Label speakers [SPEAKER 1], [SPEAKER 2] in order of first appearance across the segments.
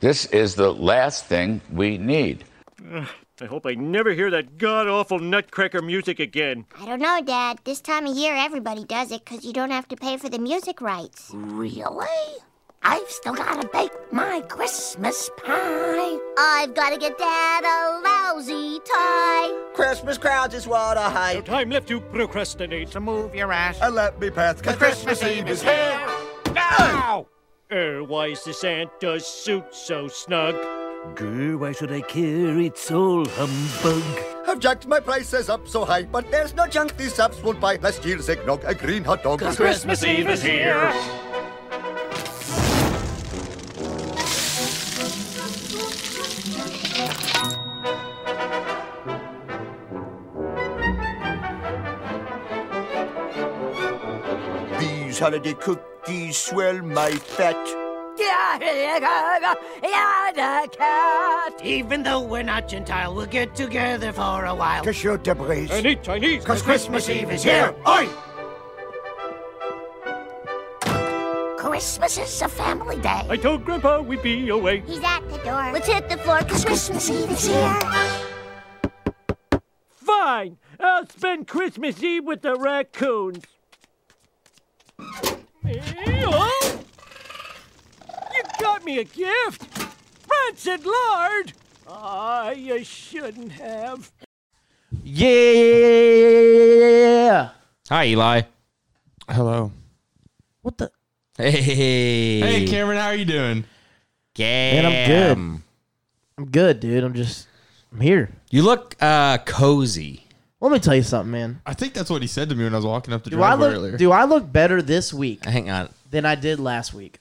[SPEAKER 1] This is the last thing we need.
[SPEAKER 2] I hope I never hear that god awful nutcracker music again.
[SPEAKER 3] I don't know, Dad. This time of year, everybody does it because you don't have to pay for the music rights.
[SPEAKER 4] Really? I've still got to bake my Christmas pie.
[SPEAKER 3] I've got to get Dad a lousy tie.
[SPEAKER 5] Christmas crowds is what I
[SPEAKER 2] No
[SPEAKER 5] hate.
[SPEAKER 2] time left to procrastinate.
[SPEAKER 6] So move your ass.
[SPEAKER 5] And let me pass, cause Christmas Eve is here.
[SPEAKER 6] Ow!
[SPEAKER 2] Er, why is the Santa's suit so snug?
[SPEAKER 7] Grr, why should I care? It's all humbug.
[SPEAKER 5] I've jacked my prices up so high, but there's no junk these saps won't buy. Last year's eggnog, a green hot dog. Cause
[SPEAKER 2] Christmas Eve is here.
[SPEAKER 5] These holiday cookies swell my fat.
[SPEAKER 6] Even though we're not Gentile, we'll get together for a while.
[SPEAKER 5] Cashew debris.
[SPEAKER 2] I need Chinese.
[SPEAKER 5] Christmas Eve is here. Oi!
[SPEAKER 4] Christmas is a family day.
[SPEAKER 2] I told Grandpa we'd be away.
[SPEAKER 3] He's at the door. Let's hit the floor because Christmas Eve is here.
[SPEAKER 2] Fine. I'll spend Christmas Eve with the raccoons. Meow. You got me a gift. Rancid lard. Ah, you shouldn't have.
[SPEAKER 8] Yeah.
[SPEAKER 9] Hi, Eli.
[SPEAKER 8] Hello.
[SPEAKER 7] What the?
[SPEAKER 9] Hey.
[SPEAKER 8] Hey, Cameron, how are you doing?
[SPEAKER 9] Cam.
[SPEAKER 7] I'm I'm good, dude. I'm just I'm here.
[SPEAKER 9] You look uh, cozy.
[SPEAKER 7] Let me tell you something, man.
[SPEAKER 8] I think that's what he said to me when I was walking up the
[SPEAKER 7] Do I
[SPEAKER 8] driveway
[SPEAKER 7] look
[SPEAKER 8] earlier.
[SPEAKER 7] do I look better this week
[SPEAKER 9] Hang on.
[SPEAKER 7] than I did last week?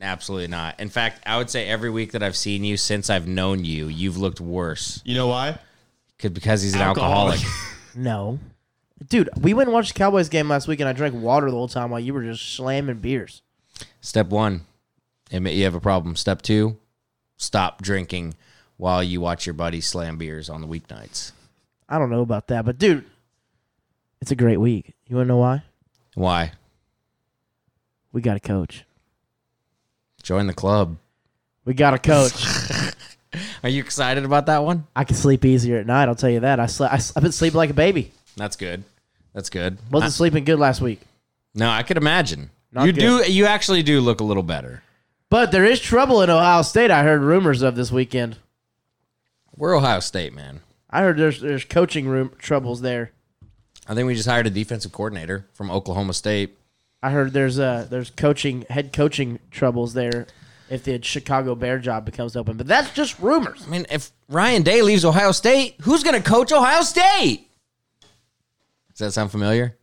[SPEAKER 9] Absolutely not. In fact, I would say every week that I've seen you since I've known you, you've looked worse.
[SPEAKER 8] you know why?
[SPEAKER 9] 'Cause- Because he's an
[SPEAKER 8] Alcoholic.
[SPEAKER 9] alcoholic.
[SPEAKER 7] No. Dude, we went and watched the Cowboys game last week and I drank water the whole time while you were just slamming beers.
[SPEAKER 9] Step one, admit you have a problem. Step two, stop drinking while you watch your buddy slam beers on the weeknights.
[SPEAKER 7] I don't know about that, but dude, it's a great week. You wanna know why?
[SPEAKER 9] Why?
[SPEAKER 7] We got a coach.
[SPEAKER 9] Join the club.
[SPEAKER 7] We got a coach.
[SPEAKER 9] Are you excited about that one?
[SPEAKER 7] I can sleep easier at night. I'll tell you that. I slept. I, s- I've been sleeping like a baby.
[SPEAKER 9] That's good. That's good.
[SPEAKER 7] Wasn't sleeping good last week.
[SPEAKER 9] No, I could imagine.
[SPEAKER 7] Not
[SPEAKER 9] you
[SPEAKER 7] good.
[SPEAKER 9] do. You actually do look a little better.
[SPEAKER 7] But there is trouble in Ohio State. I heard rumors of this weekend.
[SPEAKER 9] We're Ohio State, man.
[SPEAKER 7] I heard there's there's coaching room troubles there.
[SPEAKER 9] I think we just hired a defensive coordinator from Oklahoma State.
[SPEAKER 7] I heard there's uh there's coaching head coaching troubles there if the Chicago Bear job becomes open. But that's just rumors.
[SPEAKER 9] I mean, if Ryan Day leaves Ohio State, who's going to coach Ohio State? Does that sound familiar?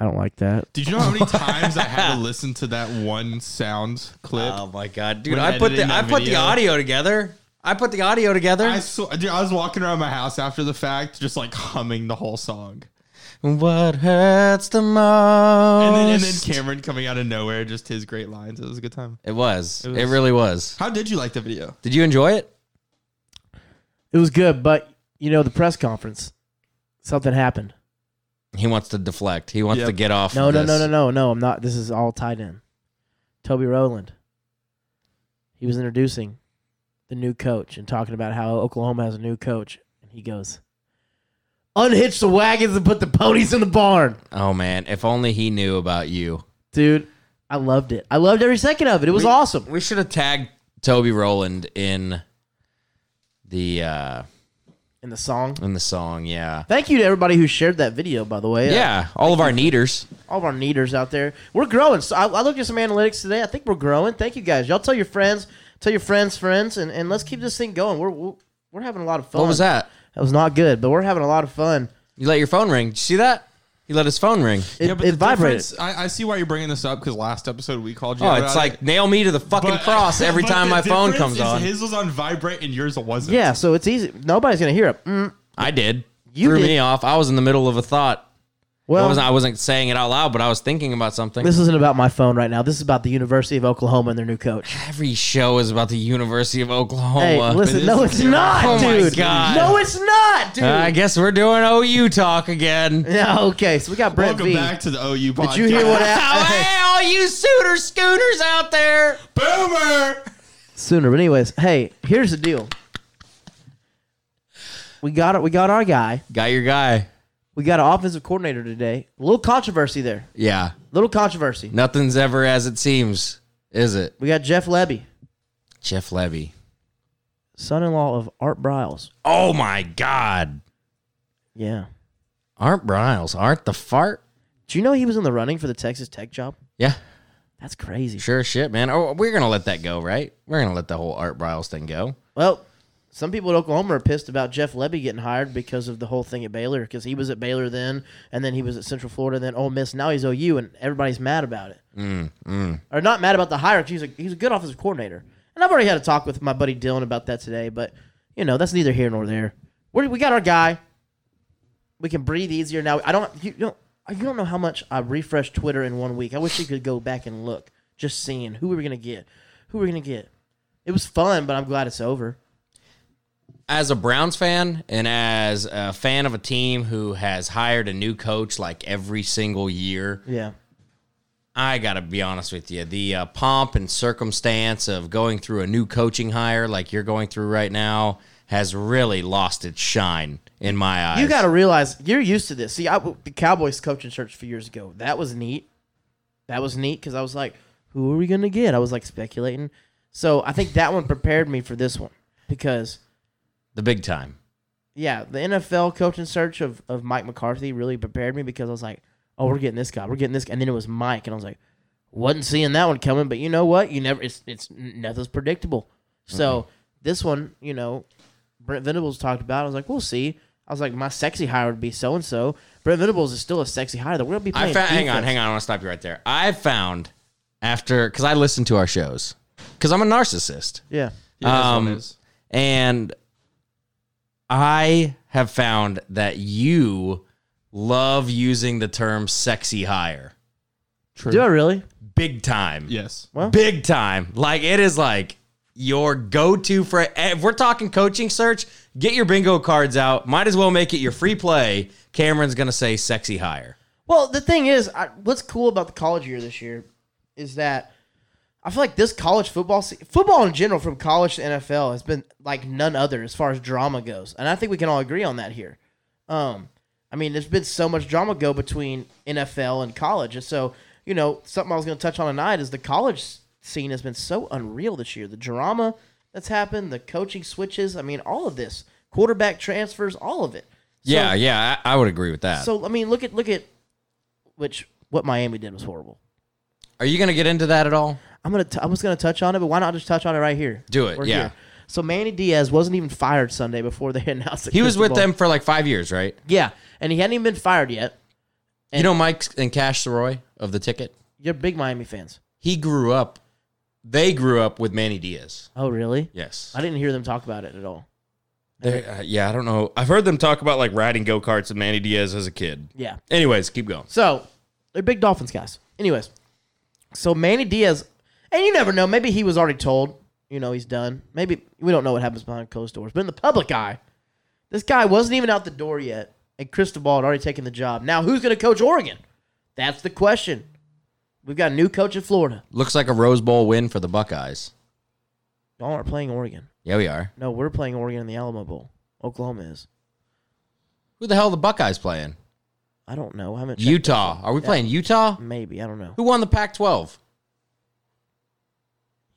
[SPEAKER 7] I don't like that.
[SPEAKER 8] Did you know how many times I had to listen to that one sound clip?
[SPEAKER 9] Oh my god, dude!
[SPEAKER 8] When
[SPEAKER 9] I put the
[SPEAKER 8] editing
[SPEAKER 9] I
[SPEAKER 8] that
[SPEAKER 9] put the
[SPEAKER 8] video.
[SPEAKER 9] audio together. I put the audio together.
[SPEAKER 8] I, sw- dude, I was walking around my house after the fact, just like humming the whole song.
[SPEAKER 9] what hurts the most? Oh,
[SPEAKER 8] And then, and then Cameron coming out of nowhere, just his great lines. It was a good time.
[SPEAKER 9] it was. It
[SPEAKER 8] was-
[SPEAKER 9] really was.
[SPEAKER 8] How did you like the video?
[SPEAKER 9] Did you enjoy it?
[SPEAKER 7] It was good, but you know the press conference, something happened.
[SPEAKER 9] He wants to deflect. He wants
[SPEAKER 8] Yep.
[SPEAKER 9] to get off.
[SPEAKER 7] No,
[SPEAKER 9] of
[SPEAKER 7] no, no,
[SPEAKER 9] this.
[SPEAKER 7] no, no, no. I'm not. This is all tied in. Toby Rowland. He was introducing the new coach and talking about how Oklahoma has a new coach, and he goes, "Unhitch the wagons and put the ponies in the barn,
[SPEAKER 9] Oh man, if only he knew about you.
[SPEAKER 7] dude." I loved it. I loved every second of it. It was
[SPEAKER 9] We-
[SPEAKER 7] awesome.
[SPEAKER 9] We should have tagged Toby Rowland in the uh
[SPEAKER 7] And the song.
[SPEAKER 9] in the song. Yeah,
[SPEAKER 7] Thank you to everybody who shared that video, by the way. Uh,
[SPEAKER 9] yeah. all of our neaters.
[SPEAKER 7] all of our needers out there. We're growing. So I, I looked at some analytics today. I think we're growing. Thank you guys. Y'all tell your friends, tell your friends, friends, and, and let's keep this thing going. We're, we're we're having a lot of fun.
[SPEAKER 9] What was that?
[SPEAKER 7] That was not good, but we're having a lot of fun.
[SPEAKER 9] You let your phone ring. Did you see that? He let his phone ring.
[SPEAKER 7] It, it
[SPEAKER 8] the
[SPEAKER 7] vibrated.
[SPEAKER 8] difference- I, I see why you're bringing this up because last episode we called you.
[SPEAKER 9] Oh,
[SPEAKER 8] out
[SPEAKER 9] it's
[SPEAKER 8] about
[SPEAKER 9] like
[SPEAKER 8] it.
[SPEAKER 9] nail me to the fucking
[SPEAKER 8] But-
[SPEAKER 9] cross every
[SPEAKER 8] but
[SPEAKER 9] time
[SPEAKER 8] the
[SPEAKER 9] my phone comes
[SPEAKER 8] difference is
[SPEAKER 9] on.
[SPEAKER 8] His was on vibrate and yours wasn't.
[SPEAKER 7] Yeah, so it's easy. Nobody's gonna hear it. Mm.
[SPEAKER 9] I did.
[SPEAKER 7] You
[SPEAKER 9] Threw
[SPEAKER 7] did.
[SPEAKER 9] me off. I was in the middle of a thought. I
[SPEAKER 7] Well,
[SPEAKER 9] wasn't, I wasn't saying it out loud, but I was thinking about something.
[SPEAKER 7] this isn't about my phone right now. This is about the University of Oklahoma and their new coach.
[SPEAKER 9] Every show is about the University of Oklahoma.
[SPEAKER 7] Hey, listen, no, it's not,
[SPEAKER 9] Oh my
[SPEAKER 7] dude.
[SPEAKER 9] God.
[SPEAKER 7] No, it's not, dude.
[SPEAKER 9] Uh, I guess we're doing OU talk again.
[SPEAKER 7] yeah, okay, so we got Brent
[SPEAKER 8] Welcome
[SPEAKER 7] V.
[SPEAKER 8] back to the OU podcast.
[SPEAKER 7] Did you hear what
[SPEAKER 9] Oh,
[SPEAKER 7] happened?
[SPEAKER 9] hey, all you Sooner Scooters out there.
[SPEAKER 8] Boomer.
[SPEAKER 7] sooner. But anyways, hey, here's the deal. We got it. We got our guy.
[SPEAKER 9] Got your guy.
[SPEAKER 7] We got an offensive coordinator today. A little controversy there.
[SPEAKER 9] Yeah.
[SPEAKER 7] little controversy.
[SPEAKER 9] Nothing's ever as it seems, is it?
[SPEAKER 7] We got Jeff Levy,
[SPEAKER 9] Jeff Levy.
[SPEAKER 7] son-in-law of Art Briles.
[SPEAKER 9] Oh, my God.
[SPEAKER 7] Yeah.
[SPEAKER 9] Art Briles. Art the fart?
[SPEAKER 7] Do you know he was in the running for the Texas Tech job?
[SPEAKER 9] Yeah.
[SPEAKER 7] That's crazy.
[SPEAKER 9] Sure as shit, man. Oh, we're going to let that go, right? We're going to let the whole Art Briles thing go.
[SPEAKER 7] Well, some people at Oklahoma are pissed about Jeff Levy getting hired because of the whole thing at Baylor. Because he was at Baylor then, and then he was at Central Florida, then Ole Miss. Now he's OU, and everybody's mad about it. Mm, Or not mad about the hire. 'cause He's a he's a good offensive coordinator, and I've already had a talk with my buddy Dylan about that today. But you know that's neither here nor there. We're, we got our guy. We can breathe easier now. I don't you don't you don't know how much I refreshed Twitter in one week. I wish you could go back and look, just seeing who we were gonna get, who we were gonna get. It was fun, but I'm glad it's over.
[SPEAKER 9] as a Browns fan and as a fan of a team who has hired a new coach like every single year,
[SPEAKER 7] Yeah.
[SPEAKER 9] I gotta be honest with you. The uh, pomp and circumstance of going through a new coaching hire like you're going through right now has really lost its shine in my eyes.
[SPEAKER 7] You got to realize you're used to this. See, I, the Cowboys coaching search a few years ago, that was neat. That was neat because I was like, who are we going to get? I was like speculating. So I think that one prepared me for this one because,
[SPEAKER 9] the big time.
[SPEAKER 7] yeah, the NFL coaching search of, of Mike McCarthy really prepared me because I was like, oh, we're getting this guy. We're getting this guy. And then it was Mike. And I was like, wasn't seeing that one coming. But you know what? You never, it's, it's nothing's predictable. So
[SPEAKER 9] Mm-hmm.
[SPEAKER 7] this one, you know, Brent Venables talked about. I was like, we'll see. I was like, my sexy hire would be so and so. Brent Venables is still a sexy hire. That we're gonna be
[SPEAKER 9] I
[SPEAKER 7] playing.
[SPEAKER 9] found, hang on,
[SPEAKER 7] defense.
[SPEAKER 9] hang on. I want to stop you right there. I found after because I listen to our shows because I'm a narcissist.
[SPEAKER 7] Yeah,
[SPEAKER 9] Um, And I have found that you love using the term sexy hire
[SPEAKER 8] True.
[SPEAKER 7] do I really?
[SPEAKER 9] big time.
[SPEAKER 8] yes.
[SPEAKER 9] Big time. Like it is like your go-to for eh, if we're talking coaching search, get your bingo cards out. Might as well make it your free play. Cameron's going to say sexy hire.
[SPEAKER 7] Well, the thing is, I, what's cool about the college year this year is that I feel like this college football, se- football in general, from college to NFL, has been like none other as far as drama goes, and I think we can all agree on that here. Um, I mean, there's been so much drama go between NFL and college, and so you know something I was going to touch on tonight is the college scene has been so unreal this year. The drama that's happened, the coaching switches, I mean, all of this, quarterback transfers, all of it. So-
[SPEAKER 9] yeah, yeah, I, I would agree with that.
[SPEAKER 7] so I mean, look at look at which what Miami did was horrible.
[SPEAKER 9] Are you going to get into that at all?
[SPEAKER 7] I'm gonna t- I was gonna touch on it, but why not just touch on it right here?
[SPEAKER 9] Do it, yeah.
[SPEAKER 7] So Manny Diaz wasn't even fired Sunday before they announced. that
[SPEAKER 9] He was
[SPEAKER 7] Cristobal-
[SPEAKER 9] with them for like 5 years, right?
[SPEAKER 7] yeah, and he hadn't even been fired yet.
[SPEAKER 9] you know Mike and Cash Soroy of the ticket?
[SPEAKER 7] You're big Miami fans.
[SPEAKER 9] he grew up they grew up with manny diaz
[SPEAKER 7] Oh, really?
[SPEAKER 9] yes
[SPEAKER 7] I didn't hear them talk about it at all.
[SPEAKER 9] They- uh, yeah i don't know i've heard them talk about like riding go-karts with manny diaz as a kid
[SPEAKER 7] Yeah.
[SPEAKER 9] anyways keep going
[SPEAKER 7] So they're big Dolphins guys. Anyways, so Manny Diaz, and you never know. Maybe he was already told. You know, he's done. Maybe we don't know what happens behind closed doors. But in the public eye, this guy wasn't even out the door yet, and Cristobal had already taken the job. Now, who's going to coach Oregon? That's the question. We've got a new coach in Florida.
[SPEAKER 9] looks like a rose bowl win for the buckeyes
[SPEAKER 7] Y'all aren't playing Oregon.
[SPEAKER 9] yeah we are
[SPEAKER 7] No, we're playing Oregon in the Alamo Bowl. Oklahoma is.
[SPEAKER 9] who the hell are the buckeyes playing
[SPEAKER 7] I don't know. I haven't. checked.
[SPEAKER 9] utah are we playing utah
[SPEAKER 7] Maybe I don't know.
[SPEAKER 9] who won the pac 12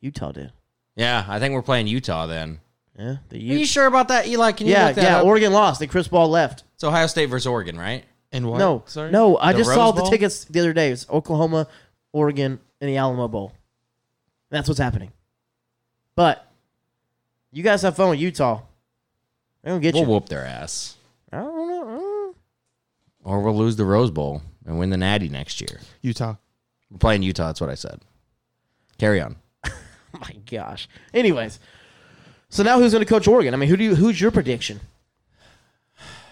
[SPEAKER 7] Utah did.
[SPEAKER 9] yeah i think we're playing utah then
[SPEAKER 7] Yeah, the
[SPEAKER 9] are you
[SPEAKER 7] Utah.
[SPEAKER 9] sure about that eli can you
[SPEAKER 7] Yeah,
[SPEAKER 9] look that
[SPEAKER 7] yeah.
[SPEAKER 9] up?
[SPEAKER 7] Oregon lost, and Chris Ball left.
[SPEAKER 9] it's ohio state versus oregon right
[SPEAKER 8] And what?
[SPEAKER 7] No,
[SPEAKER 8] Sorry.
[SPEAKER 7] no. I
[SPEAKER 9] The
[SPEAKER 7] just
[SPEAKER 9] Rose
[SPEAKER 7] saw the
[SPEAKER 9] Bowl?
[SPEAKER 7] tickets the other day. It's Oklahoma, Oregon, and the Alamo Bowl. That's what's happening. But you guys have fun with Utah. They're gonna get
[SPEAKER 9] we'll
[SPEAKER 7] you.
[SPEAKER 9] whoop their ass
[SPEAKER 7] I don't know. I don't know.
[SPEAKER 9] or we'll lose the rose bowl and win the natty next year
[SPEAKER 8] Utah.
[SPEAKER 9] we're playing utah that's what i said carry on
[SPEAKER 7] Oh my gosh. Anyways, so now who's gonna coach Oregon? I mean, who do you? Who's your prediction?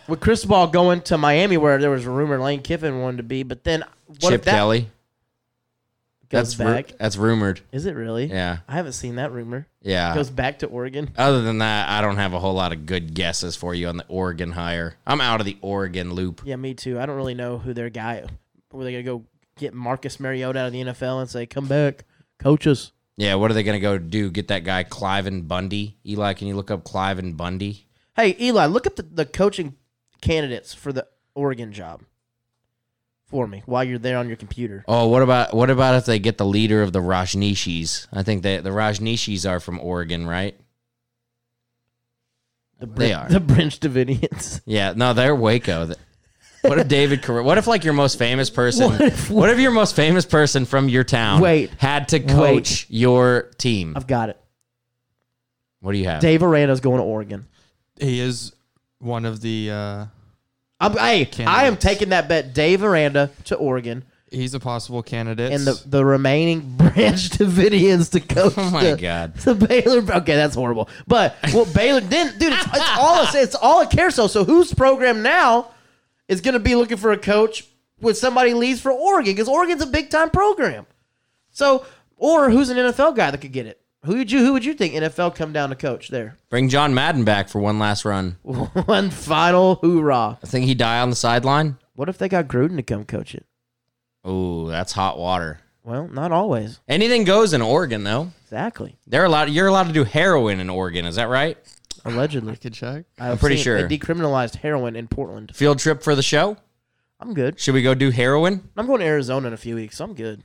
[SPEAKER 7] with Cristobal going to Miami, where there was a rumor Lane Kiffin wanted to be, but then what
[SPEAKER 9] Chip
[SPEAKER 7] if that
[SPEAKER 9] Kelly.
[SPEAKER 7] goes
[SPEAKER 9] That's ru-
[SPEAKER 7] back?
[SPEAKER 9] that's rumored.
[SPEAKER 7] Is it really?
[SPEAKER 9] Yeah. Uh,
[SPEAKER 7] I haven't seen that rumor.
[SPEAKER 9] Yeah.
[SPEAKER 7] goes back to Oregon.
[SPEAKER 9] Other than that, I don't have a whole lot of good guesses for you on the Oregon hire. I'm out of the Oregon loop.
[SPEAKER 7] Yeah, me too. I don't really know who their guy. Were they gonna go get Marcus Mariota out of the NFL and say, "Come back, coach us"?
[SPEAKER 9] Yeah, what are they going to go do? Get that guy Cliven Bundy? Eli, can you look up Cliven Bundy?
[SPEAKER 7] Hey, Eli, look up the, the coaching candidates for the Oregon job for me while you're there on your computer.
[SPEAKER 9] Oh, what about what about if they get the leader of the Rajneeshis? I think that the Rajneeshis are from Oregon, right?
[SPEAKER 7] The
[SPEAKER 9] they are.
[SPEAKER 7] the Brinch Davidians.
[SPEAKER 9] Yeah, no, they're Waco. Th- What if David Carr? What if like your most famous person? What
[SPEAKER 7] What
[SPEAKER 9] if,
[SPEAKER 7] if-
[SPEAKER 9] your most famous person from your town
[SPEAKER 7] Wait.
[SPEAKER 9] had to coach your team?
[SPEAKER 7] I've got it.
[SPEAKER 9] What do you have?
[SPEAKER 7] Dave Aranda's going to Oregon.
[SPEAKER 8] He is one of the. Uh,
[SPEAKER 7] I'm, hey, I am
[SPEAKER 8] Candidates.
[SPEAKER 7] taking that bet. Dave Aranda to Oregon,
[SPEAKER 8] he's a possible candidate.
[SPEAKER 7] and the, the remaining Branch Davidians to coach.
[SPEAKER 9] Oh my
[SPEAKER 7] the,
[SPEAKER 9] God.
[SPEAKER 7] the Baylor. Okay, that's horrible. But well, Baylor then, dude, it's, it's all it's, it's all a carousel. So whose program now is going to be looking for a coach when somebody leaves for Oregon? Because Oregon's a big time program. So or who's an NFL guy that could get it? Who would you who would you think NFL come down to coach there?
[SPEAKER 9] Bring John Madden back for one last run.
[SPEAKER 7] One final hoorah.
[SPEAKER 9] I think he die on the sideline.
[SPEAKER 7] What if they got Gruden to come coach it?
[SPEAKER 9] Oh, that's hot water.
[SPEAKER 7] Well, not always.
[SPEAKER 9] Anything goes in Oregon though.
[SPEAKER 7] Exactly.
[SPEAKER 9] They're allowed. You're allowed to do heroin in Oregon. Is that right?
[SPEAKER 7] Allegedly.
[SPEAKER 8] could check.
[SPEAKER 7] I'm
[SPEAKER 9] pretty sure.
[SPEAKER 7] they decriminalized heroin in Portland.
[SPEAKER 9] Field trip for the show.
[SPEAKER 7] I'm good.
[SPEAKER 9] Should we go do heroin?
[SPEAKER 7] I'm going to Arizona in a few weeks. I'm good.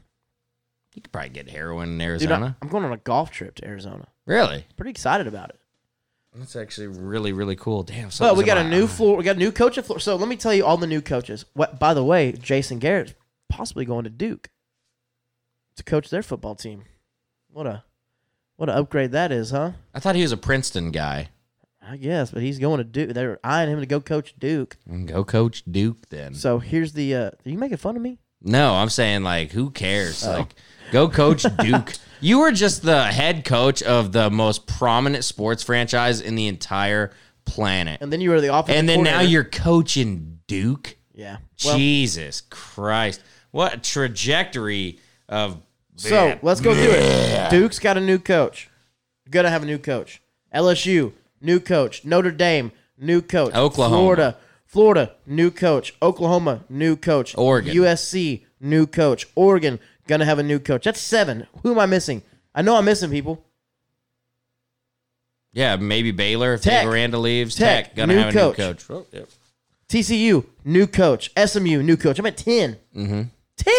[SPEAKER 9] You could probably get heroin in
[SPEAKER 7] Dude, I-
[SPEAKER 9] Arizona.
[SPEAKER 7] I'm going on a golf trip to Arizona.
[SPEAKER 9] really?
[SPEAKER 7] Pretty excited about it.
[SPEAKER 9] That's actually really really cool. Damn.
[SPEAKER 7] But we
[SPEAKER 9] something's
[SPEAKER 7] got a
[SPEAKER 9] in my-
[SPEAKER 7] new floor. We got a new coach at floor. So let me tell you all the new coaches. What? By the way, Jason Garrett's possibly going to Duke to coach their football team. What a what a upgrade that is, huh?
[SPEAKER 9] I thought he was a Princeton guy.
[SPEAKER 7] I guess, but he's going to Duke. They're eyeing him to go coach Duke.
[SPEAKER 9] Go coach Duke then.
[SPEAKER 7] So here's the. Uh, are you making fun of me?
[SPEAKER 9] No, I'm saying like who cares?
[SPEAKER 7] Oh.
[SPEAKER 9] Like go coach Duke. you were just the head coach of the most prominent sports franchise in the entire planet.
[SPEAKER 7] And then you were the offensive.
[SPEAKER 9] And then now
[SPEAKER 7] coordinator.
[SPEAKER 9] you're coaching Duke?
[SPEAKER 7] Yeah. Well,
[SPEAKER 9] Jesus Christ. What a trajectory of
[SPEAKER 7] So let's go do it. Duke's got a new coach. Gonna have a new coach. LSU, new coach. Notre Dame, new coach.
[SPEAKER 9] Oklahoma.
[SPEAKER 7] Florida, Florida, new coach. Oklahoma, new coach.
[SPEAKER 9] Oregon.
[SPEAKER 7] USC, new coach. Oregon, gonna have a new coach. That's seven. Who am I missing? I know I'm missing people.
[SPEAKER 9] Yeah, maybe Baylor if
[SPEAKER 7] Tech.
[SPEAKER 9] Dave Aranda leaves. Tech,
[SPEAKER 7] Tech,
[SPEAKER 9] gonna
[SPEAKER 7] new
[SPEAKER 9] have a
[SPEAKER 7] coach.
[SPEAKER 9] new coach. Oh, yep.
[SPEAKER 7] TCU, new coach. SMU, new coach. I'm at 10. Mm-hmm.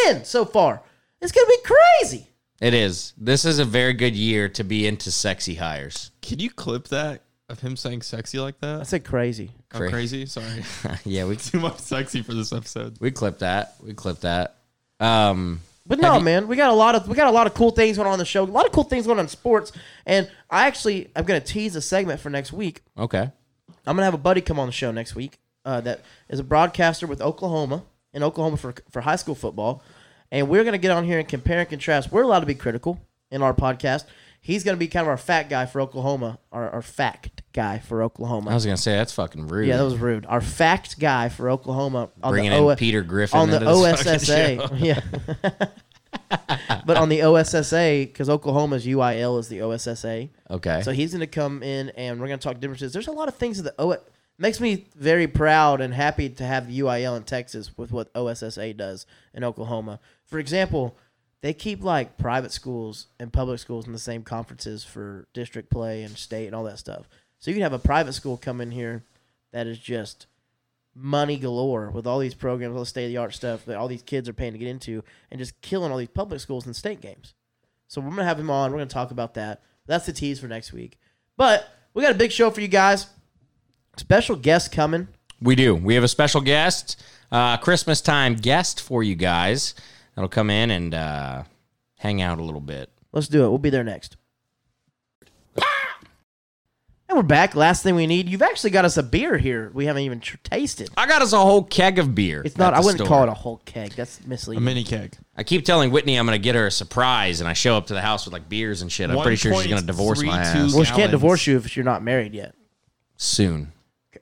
[SPEAKER 7] 10 so far. It's gonna be crazy.
[SPEAKER 9] It is. This is a very good year to be into sexy hires.
[SPEAKER 8] Could you clip that of him saying sexy like
[SPEAKER 7] I
[SPEAKER 8] that?
[SPEAKER 7] said crazy.
[SPEAKER 8] Oh,
[SPEAKER 9] Cra-
[SPEAKER 8] crazy. Sorry,
[SPEAKER 9] yeah, we
[SPEAKER 8] too much sexy for this episode.
[SPEAKER 9] we clip that. We clip that. Um
[SPEAKER 7] But no, man, we got a lot of we got a lot of cool things going on in the show. A lot of cool things going on in sports, and I actually I'm gonna tease a segment for next week.
[SPEAKER 9] okay.
[SPEAKER 7] I'm gonna have a buddy come on the show next week. Uh, that is a broadcaster with Oklahoma in Oklahoma for for high school football, and we're gonna get on here and compare and contrast. We're allowed to be critical in our podcast. He's gonna be kind of our fat guy for Oklahoma, our, our fact guy for Oklahoma.
[SPEAKER 9] I was gonna say that's fucking rude.
[SPEAKER 7] Yeah, that was rude. Our fact guy for Oklahoma on
[SPEAKER 9] Bringing
[SPEAKER 7] the
[SPEAKER 9] in
[SPEAKER 7] O-
[SPEAKER 9] Peter Griffin
[SPEAKER 7] on the
[SPEAKER 9] into this fucking
[SPEAKER 7] OSSA. Yeah. but on the OSSA, because Oklahoma's UIL is the OSSA.
[SPEAKER 9] okay.
[SPEAKER 7] So he's going to come in and we're going to talk differences. There's a lot of things that the O makes me very proud and happy to have the UIL in Texas with what OSSA does in Oklahoma. For example, they keep like private schools and public schools in the same conferences for district play and state and all that stuff. So you can have a private school come in here that is just money galore with all these programs, all the state of the art stuff that all these kids are paying to get into, and just killing all these public schools and state games. So we're gonna have him on. We're gonna talk about that. That's the tease for next week. But we got a big show for you guys. Special guest coming.
[SPEAKER 9] we do. We have a special guest, uh, Christmas time guest for you guys that'll come in and uh, hang out a little bit.
[SPEAKER 7] Let's do it. We'll be there next. And we're back. Last thing we need. You've actually got us a beer here. We haven't even tr- tasted.
[SPEAKER 9] I got us a whole keg of beer.
[SPEAKER 7] It's not.
[SPEAKER 9] at
[SPEAKER 7] I
[SPEAKER 9] the
[SPEAKER 7] wouldn't
[SPEAKER 9] store.
[SPEAKER 7] call it a whole keg. That's
[SPEAKER 8] A
[SPEAKER 7] misleading.
[SPEAKER 8] mini keg.
[SPEAKER 9] I keep telling Whitney I'm gonna get her a surprise, and I show up to the house with like beers and shit. I'm pretty sure she's gonna divorce my
[SPEAKER 8] 1.32
[SPEAKER 9] ass
[SPEAKER 7] well, she can't
[SPEAKER 8] gallons.
[SPEAKER 7] divorce you if you're not married yet.
[SPEAKER 9] soon.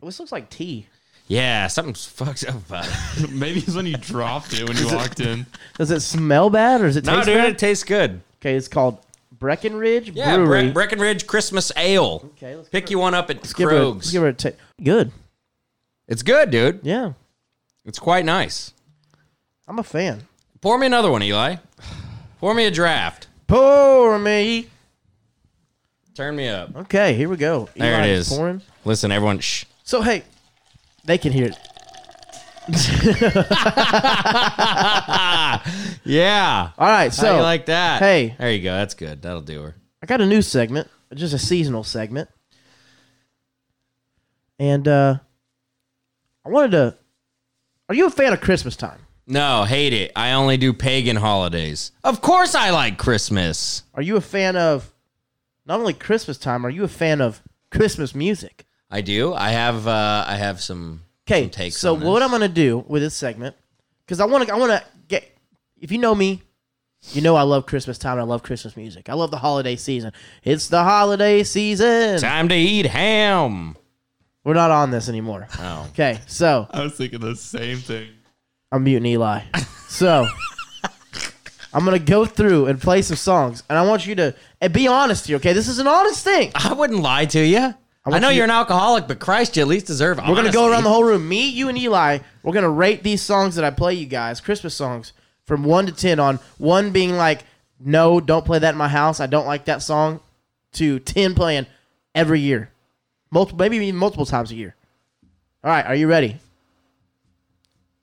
[SPEAKER 7] This looks like tea.
[SPEAKER 9] Yeah, something's fucked up about it.
[SPEAKER 8] Maybe it's when you dropped it when you walked in.
[SPEAKER 7] Does it smell bad or does it
[SPEAKER 9] no,
[SPEAKER 7] taste
[SPEAKER 9] dude,
[SPEAKER 7] bad?
[SPEAKER 9] it tastes good.
[SPEAKER 7] okay, it's called Breckenridge
[SPEAKER 9] Yeah,
[SPEAKER 7] Brewery.
[SPEAKER 9] Bre- Breckenridge Christmas Ale.
[SPEAKER 7] Okay, let's
[SPEAKER 9] Pick you one up at
[SPEAKER 7] give it, a-
[SPEAKER 9] Krog's.
[SPEAKER 7] let's give it a ta- good.
[SPEAKER 9] it's good, dude.
[SPEAKER 7] Yeah,
[SPEAKER 9] It's quite nice.
[SPEAKER 7] I'm a fan.
[SPEAKER 9] Pour me another one, Eli. Pour me a draft.
[SPEAKER 7] Pour me.
[SPEAKER 9] Turn me up.
[SPEAKER 7] Okay, here we go.
[SPEAKER 9] There it
[SPEAKER 7] Eli's
[SPEAKER 9] is.
[SPEAKER 7] pouring.
[SPEAKER 9] Listen, everyone. Shh.
[SPEAKER 7] So hey, they can hear it.
[SPEAKER 9] Yeah.
[SPEAKER 7] All right,
[SPEAKER 9] How
[SPEAKER 7] so
[SPEAKER 9] you like that?
[SPEAKER 7] hey.
[SPEAKER 9] There you go. That's good. That'll do her.
[SPEAKER 7] I got a new segment, just a seasonal segment. And uh I wanted to Are you a fan of Christmas time?
[SPEAKER 9] No, hate it. I only do pagan holidays. Of course I like Christmas.
[SPEAKER 7] Are you a fan of not only Christmas time, are you a fan of Christmas music?
[SPEAKER 9] I do. I have uh I have some
[SPEAKER 7] Okay.
[SPEAKER 9] some takes
[SPEAKER 7] So
[SPEAKER 9] on
[SPEAKER 7] what
[SPEAKER 9] this.
[SPEAKER 7] I'm going to do with this segment cuz I want to I want to get if you know me, you know I love Christmas time and I love Christmas music. I love the holiday season. It's the holiday season.
[SPEAKER 9] Time to eat ham.
[SPEAKER 7] We're not on this anymore.
[SPEAKER 9] Oh.
[SPEAKER 7] Okay. So
[SPEAKER 8] I was thinking the same thing.
[SPEAKER 7] I'm muting Eli. So I'm gonna go through and play some songs, and I want you to and be honest here. Okay, this is an honest thing.
[SPEAKER 9] I wouldn't lie to you. I,
[SPEAKER 7] want
[SPEAKER 9] know
[SPEAKER 7] you-
[SPEAKER 9] you- are an alcoholic, but Christ, you at least deserve
[SPEAKER 7] We're gonna go around the whole room. Me, you, and Eli. We're gonna rate these songs that I play you guys, Christmas songs, from one to ten. On one being like, no, don't play that in my house. I don't like that song. To ten playing every year, multiple, maybe even multiple times a year. All right, are you ready?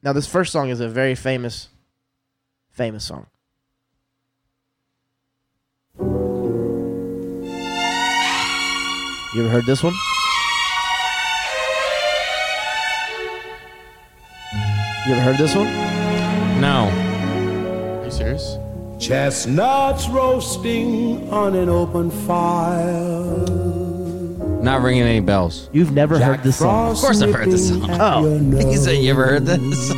[SPEAKER 7] Now, this first song is a very famous, famous song. You ever heard this one? You ever heard this one?
[SPEAKER 9] No.
[SPEAKER 8] Are you serious?
[SPEAKER 10] Chestnuts roasting on an open fire.
[SPEAKER 9] Not ringing any bells.
[SPEAKER 7] You've never heard this song.
[SPEAKER 10] Frost
[SPEAKER 9] Of course I've heard this
[SPEAKER 10] nipping
[SPEAKER 9] song.
[SPEAKER 10] at
[SPEAKER 7] Oh.
[SPEAKER 10] your nose.
[SPEAKER 9] You said you ever heard this?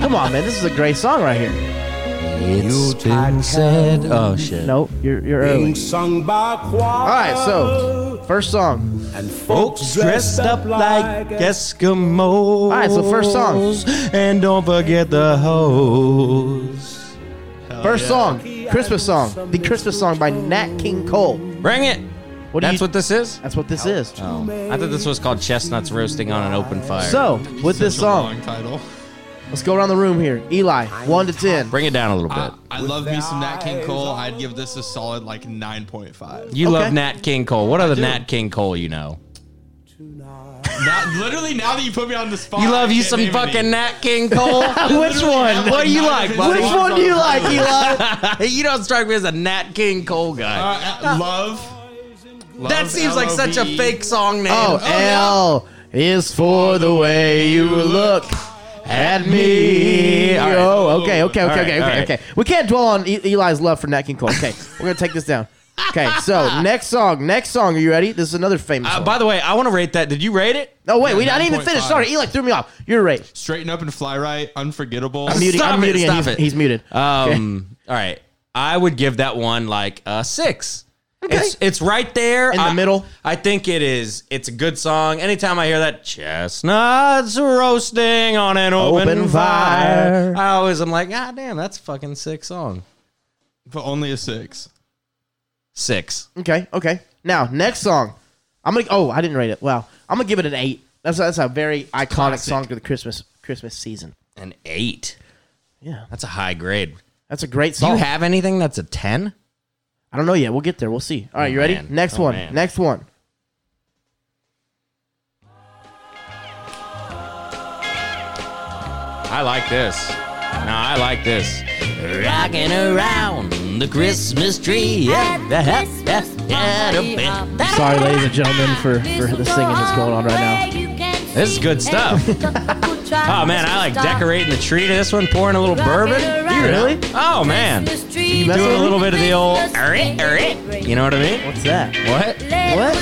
[SPEAKER 7] Come on, man. This is a great song right here.
[SPEAKER 9] It's been said. Oh shit.
[SPEAKER 7] Nope, you're, you're
[SPEAKER 10] Being
[SPEAKER 7] early.
[SPEAKER 10] sung by choir.
[SPEAKER 7] All right, so first song.
[SPEAKER 10] and folks
[SPEAKER 9] Folks dressed up like Eskimos. All
[SPEAKER 7] right, so first song.
[SPEAKER 9] And don't forget the hose.
[SPEAKER 7] First song, Christmas song. The Christmas song by Nat King Cole.
[SPEAKER 9] Bring it.
[SPEAKER 7] What do
[SPEAKER 9] That's
[SPEAKER 7] you,
[SPEAKER 9] what this is?
[SPEAKER 7] That's what this is.
[SPEAKER 9] Oh. I thought this was called chestnuts roasting on an open fire.
[SPEAKER 7] So, with this
[SPEAKER 8] Such a
[SPEAKER 7] song,
[SPEAKER 8] long title.
[SPEAKER 7] let's go around the room here. Eli, 1 to 10.
[SPEAKER 9] bring it down a little bit.
[SPEAKER 8] I, I love me some Nat King Cole. I'd give this a solid like nine point five.
[SPEAKER 9] you
[SPEAKER 7] okay.
[SPEAKER 9] love Nat King Cole. What other Nat King Cole you know?
[SPEAKER 8] Now, literally, now that you put me on the spot,
[SPEAKER 9] You love
[SPEAKER 8] I
[SPEAKER 9] you
[SPEAKER 8] can't
[SPEAKER 9] some
[SPEAKER 8] name any.
[SPEAKER 9] fucking Nat King Cole.
[SPEAKER 7] Which one?
[SPEAKER 9] what do you like, buddy?
[SPEAKER 7] Which one do you like, Eli?
[SPEAKER 9] Hey, you don't strike me as a Nat King Cole guy.
[SPEAKER 8] Uh, uh, love.
[SPEAKER 9] that
[SPEAKER 8] Love,
[SPEAKER 9] seems like such a
[SPEAKER 8] L-O-V-E.
[SPEAKER 9] fake song name.
[SPEAKER 7] Oh, L is for the way you look. At me.
[SPEAKER 9] All right.
[SPEAKER 7] Oh, okay, okay, okay,
[SPEAKER 9] All right,
[SPEAKER 7] okay,
[SPEAKER 9] all
[SPEAKER 7] okay,
[SPEAKER 9] right.
[SPEAKER 7] okay. We can't dwell on e- Eli's love for Nat King Cole. Okay, we're gonna take this down. Okay, so next song, next song. Are you ready? This is another famous.
[SPEAKER 9] Uh,
[SPEAKER 7] one.
[SPEAKER 9] by the way, I want to rate that. Did you rate it?
[SPEAKER 7] no, wait, we
[SPEAKER 8] Yeah,
[SPEAKER 7] I didn't even finish.
[SPEAKER 8] 9.5.
[SPEAKER 7] Sorry, Eli threw me off. You're right.
[SPEAKER 8] Straighten up and fly right. Unforgettable.
[SPEAKER 7] I'm muting.
[SPEAKER 9] Stop
[SPEAKER 7] I'm
[SPEAKER 9] it,
[SPEAKER 7] muting. and
[SPEAKER 9] stop
[SPEAKER 7] he's,
[SPEAKER 9] it.
[SPEAKER 7] he's muted.
[SPEAKER 9] Um, all right. I would give that one like a six. It's, it's right there
[SPEAKER 7] In the
[SPEAKER 9] I-
[SPEAKER 7] middle.
[SPEAKER 9] I think it is. It's a good song. Anytime I hear that chestnuts roasting on an open,
[SPEAKER 7] Open
[SPEAKER 9] fire,
[SPEAKER 7] fire.
[SPEAKER 9] I always am like, God damn, that's a fucking sick song.
[SPEAKER 8] But only a six.
[SPEAKER 9] Six.
[SPEAKER 7] Okay, okay. Now next song, I'm gonna. Oh, I didn't rate it. Wow, I'm gonna give it an eight. That's that's a very iconic song to the Christmas Christmas season.
[SPEAKER 9] An eight.
[SPEAKER 7] Yeah,
[SPEAKER 9] That's a high grade.
[SPEAKER 7] that's a great
[SPEAKER 9] Do
[SPEAKER 7] song.
[SPEAKER 9] you have anything that's a ten?
[SPEAKER 7] I don't know yet. We'll get there. We'll see. All right, you ready?
[SPEAKER 9] man.
[SPEAKER 7] Next
[SPEAKER 9] Oh,
[SPEAKER 7] one.
[SPEAKER 9] man.
[SPEAKER 7] Next one.
[SPEAKER 9] I like this. No, I like this. Rocking around the Christmas tree.
[SPEAKER 3] uh,
[SPEAKER 7] Sorry, ladies and gentlemen, for for the singing that's going on right now.
[SPEAKER 9] This is good stuff. Oh man, I like decorating the tree to this one, pouring a little bourbon.
[SPEAKER 7] You really?
[SPEAKER 9] Oh man,
[SPEAKER 7] You
[SPEAKER 9] doing
[SPEAKER 7] messing with
[SPEAKER 9] a
[SPEAKER 7] me?
[SPEAKER 9] little bit of the old, "Arrit, arrit." you know what I mean?
[SPEAKER 7] What's that?
[SPEAKER 9] What?
[SPEAKER 7] What?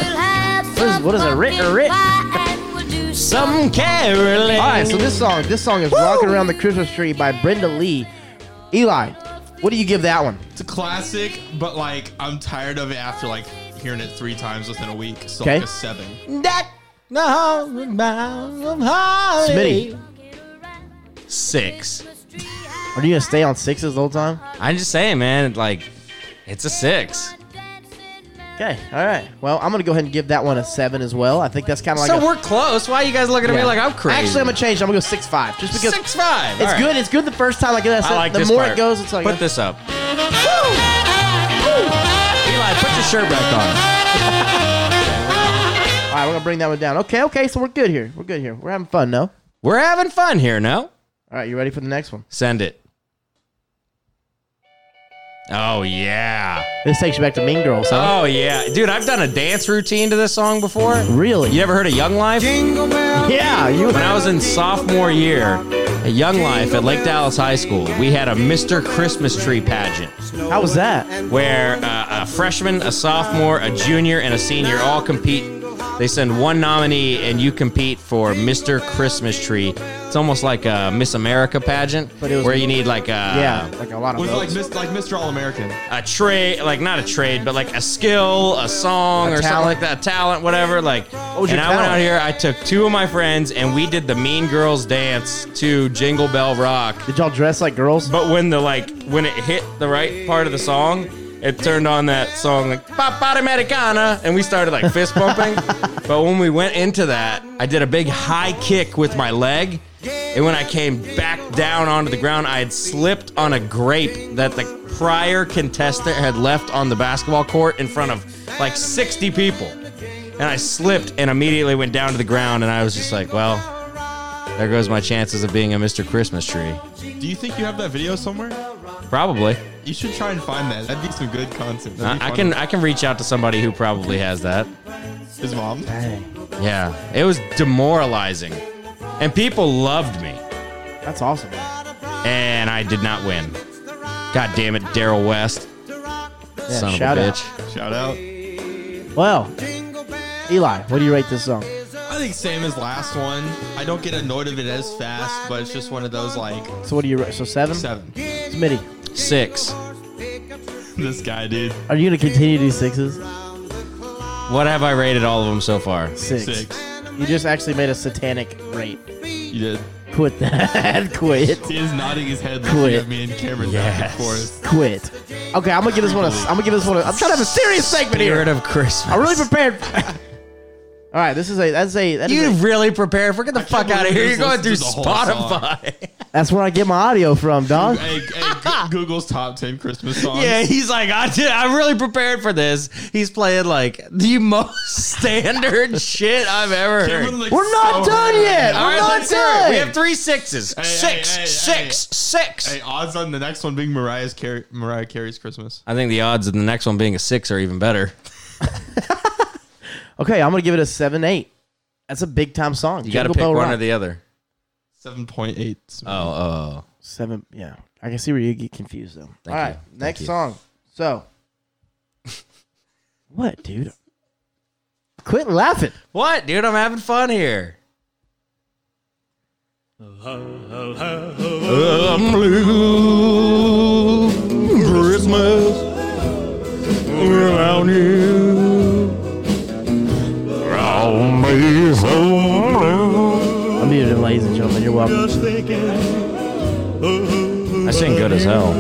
[SPEAKER 7] What is, what is a rit or rit? All
[SPEAKER 9] Some caroling.
[SPEAKER 7] right, so this song, this song is "Rocking Around the Christmas Tree" by Brenda Lee. Eli, what do you give that one?
[SPEAKER 8] It's a classic, but like I'm tired of it after like hearing it three times within a week. So
[SPEAKER 7] Okay.
[SPEAKER 8] like a seven.
[SPEAKER 9] that Smitty. Six.
[SPEAKER 7] Are you gonna stay on sixes the whole time?
[SPEAKER 9] I'm just saying, man. Like, it's a six.
[SPEAKER 7] Okay, all right. Well, I'm gonna go ahead and give that one a seven as well. I think that's kind of like
[SPEAKER 9] so
[SPEAKER 7] a,
[SPEAKER 9] we're close. Why are you guys looking at
[SPEAKER 7] yeah.
[SPEAKER 9] me like I'm crazy?
[SPEAKER 7] Actually, I'm gonna change. I'm gonna go six five just because
[SPEAKER 9] six five.
[SPEAKER 7] it's good. It's good the first time. Like I said,
[SPEAKER 9] I like
[SPEAKER 7] the
[SPEAKER 9] this
[SPEAKER 7] more
[SPEAKER 9] part.
[SPEAKER 7] it goes, it's like
[SPEAKER 9] put this up. Eli, put your shirt back on.
[SPEAKER 7] All right, we're gonna bring that one down. Okay, okay. So we're good here. We're good here. We're having fun. No. All
[SPEAKER 9] We're having fun here. No,
[SPEAKER 7] right, you ready for the next one?
[SPEAKER 9] send it. Oh yeah.
[SPEAKER 7] This takes you back to Mean Girls. Huh?
[SPEAKER 9] Oh yeah, dude. I've done a dance routine to this song before.
[SPEAKER 7] Really?
[SPEAKER 9] You ever heard of Young Life?
[SPEAKER 7] Yeah. You.
[SPEAKER 9] When I was in sophomore year at Young Life at Lake Dallas High School, we had a Mr. Christmas Tree pageant
[SPEAKER 7] How was that?
[SPEAKER 9] where uh, a freshman, a sophomore, a junior, and a senior all compete. They send one nominee and you compete for Mr. Christmas Tree. It's almost like a Miss America pageant
[SPEAKER 7] But it was-
[SPEAKER 9] where you need like a,
[SPEAKER 7] Yeah, like a lot of
[SPEAKER 8] Was it like
[SPEAKER 7] votes.
[SPEAKER 8] Miss, like Mr. All American?
[SPEAKER 9] a trade, like not a trade, but like a skill, a song,
[SPEAKER 7] A
[SPEAKER 9] or
[SPEAKER 7] talent.
[SPEAKER 9] something like that, a talent, whatever. Like,
[SPEAKER 7] was your
[SPEAKER 9] and I went
[SPEAKER 7] talent?
[SPEAKER 9] out here. I took two of my friends, and we did the Mean Girls dance to Jingle Bell Rock.
[SPEAKER 7] Did y'all dress like girls?
[SPEAKER 9] But when the like when it hit the right part of the song, it turned on that song like Papa Americana, and we started like fist bumping. but when we went into that, I did a big high kick with my leg. And when I came back down onto the ground, I had slipped on a grape that the prior contestant had left on the basketball court in front of like 60 people. And I slipped and immediately went down to the ground, and I was just like, well, there goes my chances of being a Mr. Christmas tree.
[SPEAKER 8] Do you think you have that video somewhere?
[SPEAKER 9] Probably.
[SPEAKER 8] You should try and find that. That'd be some good content. That'd be
[SPEAKER 9] I, I
[SPEAKER 8] funny.
[SPEAKER 9] can I can reach out to somebody who probably has that.
[SPEAKER 8] His mom.
[SPEAKER 7] Dang,
[SPEAKER 9] Yeah, it was demoralizing, and people loved me,
[SPEAKER 7] that's awesome.
[SPEAKER 9] and I did not win. God damn it, Daryl West,
[SPEAKER 7] Yeah,
[SPEAKER 9] son of a
[SPEAKER 7] shout out.
[SPEAKER 9] bitch.
[SPEAKER 8] Shout out.
[SPEAKER 7] Well, Eli, what do you rate this song?
[SPEAKER 8] I think same as last one. I don't get annoyed of it as fast, but it's just one of those like
[SPEAKER 7] So what do you rate? So seven.
[SPEAKER 8] seven.
[SPEAKER 7] Smitty,
[SPEAKER 9] Six.
[SPEAKER 8] This guy, dude.
[SPEAKER 7] are you gonna continue to do sixes?
[SPEAKER 9] What have I rated all of them so far?
[SPEAKER 7] Six.
[SPEAKER 8] Six.
[SPEAKER 7] You just actually made a satanic rate.
[SPEAKER 8] You did.
[SPEAKER 7] Quit that. Quit.
[SPEAKER 8] He is nodding his head
[SPEAKER 7] Quit.
[SPEAKER 8] looking at me and Cameron back
[SPEAKER 9] Yes.
[SPEAKER 8] and forth.
[SPEAKER 7] Quit. Okay, I'm gonna give this one. A, I'm gonna give this one. A, I'm trying to have a serious segment here.
[SPEAKER 9] Spirit of Christmas.
[SPEAKER 7] I'm really prepared. All right, this is a. That's a. That is
[SPEAKER 9] You
[SPEAKER 7] a-
[SPEAKER 9] really prepared for? Get the fuck out of
[SPEAKER 8] believe
[SPEAKER 9] here. You're
[SPEAKER 8] this
[SPEAKER 9] going
[SPEAKER 8] listened
[SPEAKER 9] through
[SPEAKER 8] to the whole song.
[SPEAKER 9] Spotify.
[SPEAKER 7] that's where I get my audio from, dog.
[SPEAKER 8] Hey, hey, Go- Google's top ten Christmas songs.
[SPEAKER 9] Yeah, he's like, I did, I'm really prepared for this. He's playing like the most standard shit I've ever heard.
[SPEAKER 8] Cameron looks
[SPEAKER 7] We're not
[SPEAKER 8] so
[SPEAKER 7] done
[SPEAKER 8] hurt.
[SPEAKER 7] yet. We're
[SPEAKER 9] All right,
[SPEAKER 7] not
[SPEAKER 9] let's hear it.
[SPEAKER 7] done.
[SPEAKER 9] We have three sixes.
[SPEAKER 8] Hey,
[SPEAKER 9] six,
[SPEAKER 8] hey, hey,
[SPEAKER 9] six, six.
[SPEAKER 8] Hey, odds on the next one being Mariah's Car- Mariah Carey's Christmas.
[SPEAKER 9] I think the odds of the next one being a six are even better.
[SPEAKER 7] okay, I'm gonna give it a seven eight. That's a big time song.
[SPEAKER 9] You got to
[SPEAKER 7] Jingle
[SPEAKER 9] pick
[SPEAKER 7] Bell
[SPEAKER 9] one
[SPEAKER 7] Rock.
[SPEAKER 9] or the other.
[SPEAKER 8] Seven point eight.
[SPEAKER 9] Oh, oh,
[SPEAKER 7] seven. Yeah, I can see where you get confused though. All
[SPEAKER 9] you.
[SPEAKER 7] right,
[SPEAKER 9] Thank
[SPEAKER 7] next
[SPEAKER 9] you.
[SPEAKER 7] song. So, what, dude? Quit laughing.
[SPEAKER 9] what, dude? I'm having fun here. I'm blue Christmas without you. I'll be so blue.
[SPEAKER 7] I'm muted, ladies and gentlemen. You're welcome.
[SPEAKER 9] I sing good as hell.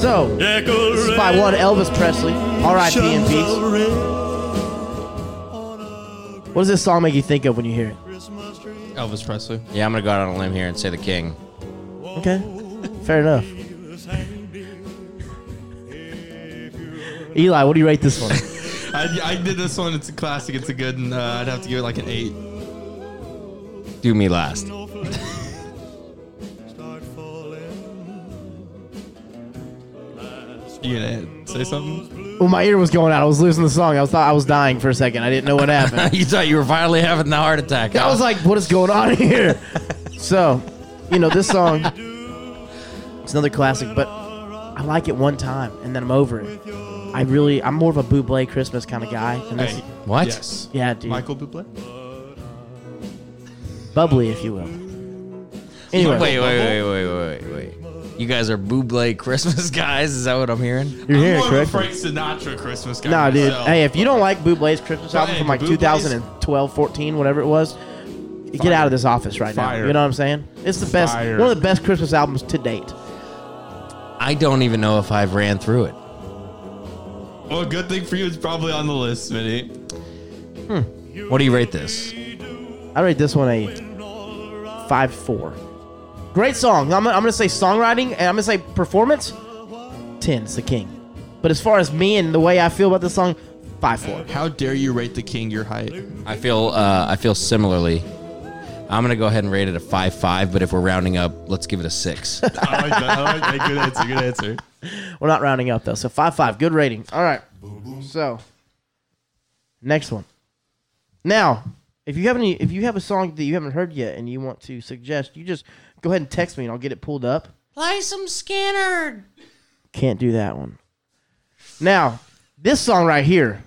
[SPEAKER 7] So, this is by one Elvis Presley. R.I.P. in peace. What does this song make you think of when you hear it?
[SPEAKER 8] Elvis Presley.
[SPEAKER 9] Yeah, I'm gonna go out on a limb here and say the king.
[SPEAKER 7] Okay, fair enough. Eli, what do you rate this one?
[SPEAKER 8] I, I did this one. It's a classic. It's a good, and uh, I'd have to give it like an eight.
[SPEAKER 9] Do me last.
[SPEAKER 8] You gonna say something?
[SPEAKER 7] Well, my ear was going out. I was losing the song. I was thought I was dying for a second. I didn't know what happened.
[SPEAKER 9] you thought you were finally having the heart attack.
[SPEAKER 7] I was like, "What is going on here?" So, you know, this song. It's another classic, but I like it one time and then I'm over it. I really, I'm more of a Buble Christmas kind of guy. And this,
[SPEAKER 8] Hey,
[SPEAKER 9] What?
[SPEAKER 8] Yes.
[SPEAKER 7] Yeah, dude.
[SPEAKER 8] Michael Bublé.
[SPEAKER 7] bubbly, if you will. Anyway,
[SPEAKER 9] wait, wait, wait, wait, wait, wait. You guys are Buble Christmas guys. Is that what I'm hearing?
[SPEAKER 7] You're
[SPEAKER 8] I'm
[SPEAKER 7] hearing it
[SPEAKER 8] more of a
[SPEAKER 7] correctly.
[SPEAKER 8] Frank Sinatra Christmas guy.
[SPEAKER 7] Nah, dude.
[SPEAKER 8] myself.
[SPEAKER 7] Hey, if you don't like Bublé's Christmas album
[SPEAKER 8] Hey,
[SPEAKER 7] from like
[SPEAKER 8] Bublé's-
[SPEAKER 7] 2012, 14, whatever it was, get out of this office right now.
[SPEAKER 8] Fire.
[SPEAKER 7] You know what I'm saying? It's the best,
[SPEAKER 8] Fire.
[SPEAKER 7] one of the best Christmas albums to date.
[SPEAKER 9] I don't even know if I've ran through it.
[SPEAKER 8] Well, good thing for you is probably on the list, Smitty.
[SPEAKER 9] What do you rate this?
[SPEAKER 7] I rate this one a five four. Great song. I'm, I'm gonna say songwriting and I'm gonna say performance. Ten's the king. But as far as me and the way I feel about this song, five four.
[SPEAKER 8] How dare you rate the king your height?
[SPEAKER 9] I feel uh, I feel similarly. I'm gonna go ahead and rate it a five five, but if we're rounding up, let's give it a six.
[SPEAKER 8] I like that. I like that. Good answer. Good answer.
[SPEAKER 7] We're not rounding up though, so five five. Good rating. All right. So next one. Now, if you have any, if you have a song that you haven't heard yet and you want to suggest, you just go ahead and text me and I'll get it pulled up.
[SPEAKER 6] Play some Skinner.
[SPEAKER 7] Can't do that one. Now, this song right here,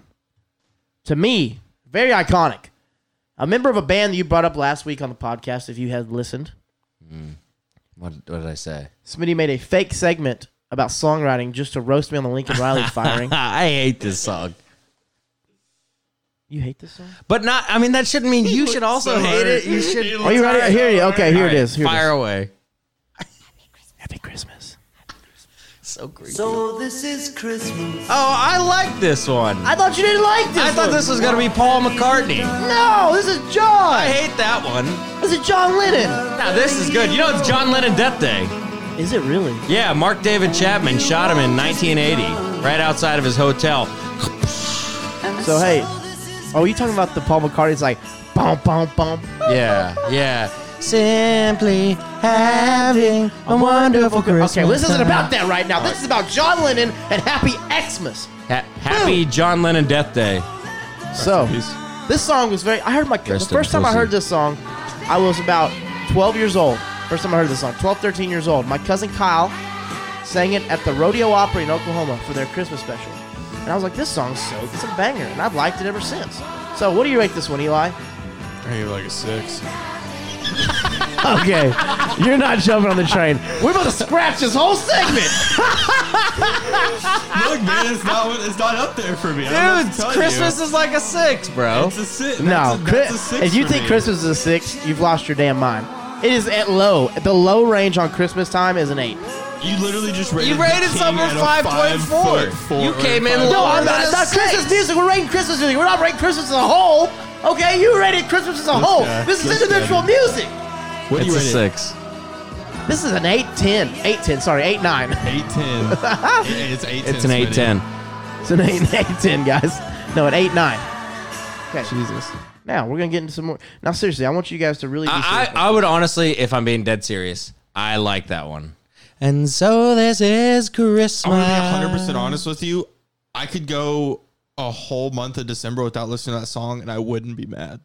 [SPEAKER 7] to me, very iconic. A member of a band that you brought up last week on the podcast, if you had listened,
[SPEAKER 9] Mm. what, what did I say?
[SPEAKER 7] Smitty made a fake segment about songwriting just to roast me on the Lincoln Riley firing.
[SPEAKER 9] I hate this song,
[SPEAKER 7] You hate this song?
[SPEAKER 9] but not. I mean, that shouldn't mean you should also hate it. You should.
[SPEAKER 7] Are you ready? Here you. Okay, here it is. Here
[SPEAKER 9] Fire
[SPEAKER 7] it is.
[SPEAKER 9] away.
[SPEAKER 7] Happy Christmas.
[SPEAKER 9] So great. So this is Christmas. Oh, I like this one. I,
[SPEAKER 7] I thought you didn't like this.
[SPEAKER 9] thought
[SPEAKER 7] one.
[SPEAKER 9] this was gonna be Paul McCartney.
[SPEAKER 7] No, this is John.
[SPEAKER 9] I hate that one.
[SPEAKER 7] This is John Lennon.
[SPEAKER 9] Now this is good. You know, it's John Lennon Death Day.
[SPEAKER 7] Is it really?
[SPEAKER 9] Yeah, Mark David Chapman shot him in 1980, right outside of his hotel.
[SPEAKER 7] So hey, oh, you talking about the Paul McCartney's like, bump, bump, bump.
[SPEAKER 9] Yeah, yeah. Simply having a wonderful Christmas.
[SPEAKER 7] Okay, well, this isn't about that right now. This is about John Lennon and Happy Xmas.
[SPEAKER 9] Ha- happy John Lennon Death Day.
[SPEAKER 7] So, this song was very. I heard my.
[SPEAKER 9] Rest
[SPEAKER 7] the first
[SPEAKER 9] in
[SPEAKER 7] time I
[SPEAKER 9] pussy.
[SPEAKER 7] heard this song, I was about 12 years old. First time I heard this song, 12, 13 years old. My cousin Kyle sang it at the Rodeo Opry in Oklahoma for their Christmas special. And I was like, this song's so. It's a banger. And I've liked it ever since. So, what do you rate this one, Eli?
[SPEAKER 8] I gave it like a six.
[SPEAKER 7] Okay, you're not jumping on the train. We're about to scratch this whole segment.
[SPEAKER 8] Look, man, it's not. what- It's not up there for me. Dude,
[SPEAKER 9] Dude, Christmas is like a six, bro.
[SPEAKER 8] It's a six.
[SPEAKER 7] No,
[SPEAKER 8] No, that's a
[SPEAKER 7] Chris-
[SPEAKER 8] six
[SPEAKER 7] if you
[SPEAKER 8] for
[SPEAKER 7] think
[SPEAKER 8] me.
[SPEAKER 7] Christmas is a six, you've lost your damn mind. It is at low. The low range on Christmas time is an eight.
[SPEAKER 8] you literally just rated
[SPEAKER 9] You rated
[SPEAKER 8] the
[SPEAKER 9] someone
[SPEAKER 8] king at a
[SPEAKER 9] 5.4.
[SPEAKER 8] five foot
[SPEAKER 9] You
[SPEAKER 8] four-
[SPEAKER 9] came in
[SPEAKER 8] five-
[SPEAKER 9] low.
[SPEAKER 7] No,
[SPEAKER 9] Oh,
[SPEAKER 7] I'm not,
[SPEAKER 9] that's
[SPEAKER 7] it's not Christmas music. We're rating Christmas music. We're not rating Christmas as a whole. Okay, you rated Christmas as a whole.
[SPEAKER 8] guy,
[SPEAKER 7] this is
[SPEAKER 8] this
[SPEAKER 7] individual music.
[SPEAKER 8] What do
[SPEAKER 9] It's
[SPEAKER 8] you
[SPEAKER 9] a
[SPEAKER 8] rate it?
[SPEAKER 9] six.
[SPEAKER 7] This is an eight ten. Eight ten. Sorry, eight nine.
[SPEAKER 8] Eight ten. It- it's eight.
[SPEAKER 9] It's an eight ten.
[SPEAKER 7] It's an eight eight ten, guys. No, an eight nine. Okay. Jesus. Now we're gonna get into some more. Now seriously, I want you guys to really. Be
[SPEAKER 9] I,
[SPEAKER 7] serious.
[SPEAKER 9] I, I would honestly, if I'm being dead serious, I like that one. And so this is
[SPEAKER 8] I'm
[SPEAKER 9] Christmas.
[SPEAKER 8] gonna be 100 percent honest with you. I could go a whole month of December without listening to that song, and I wouldn't be mad.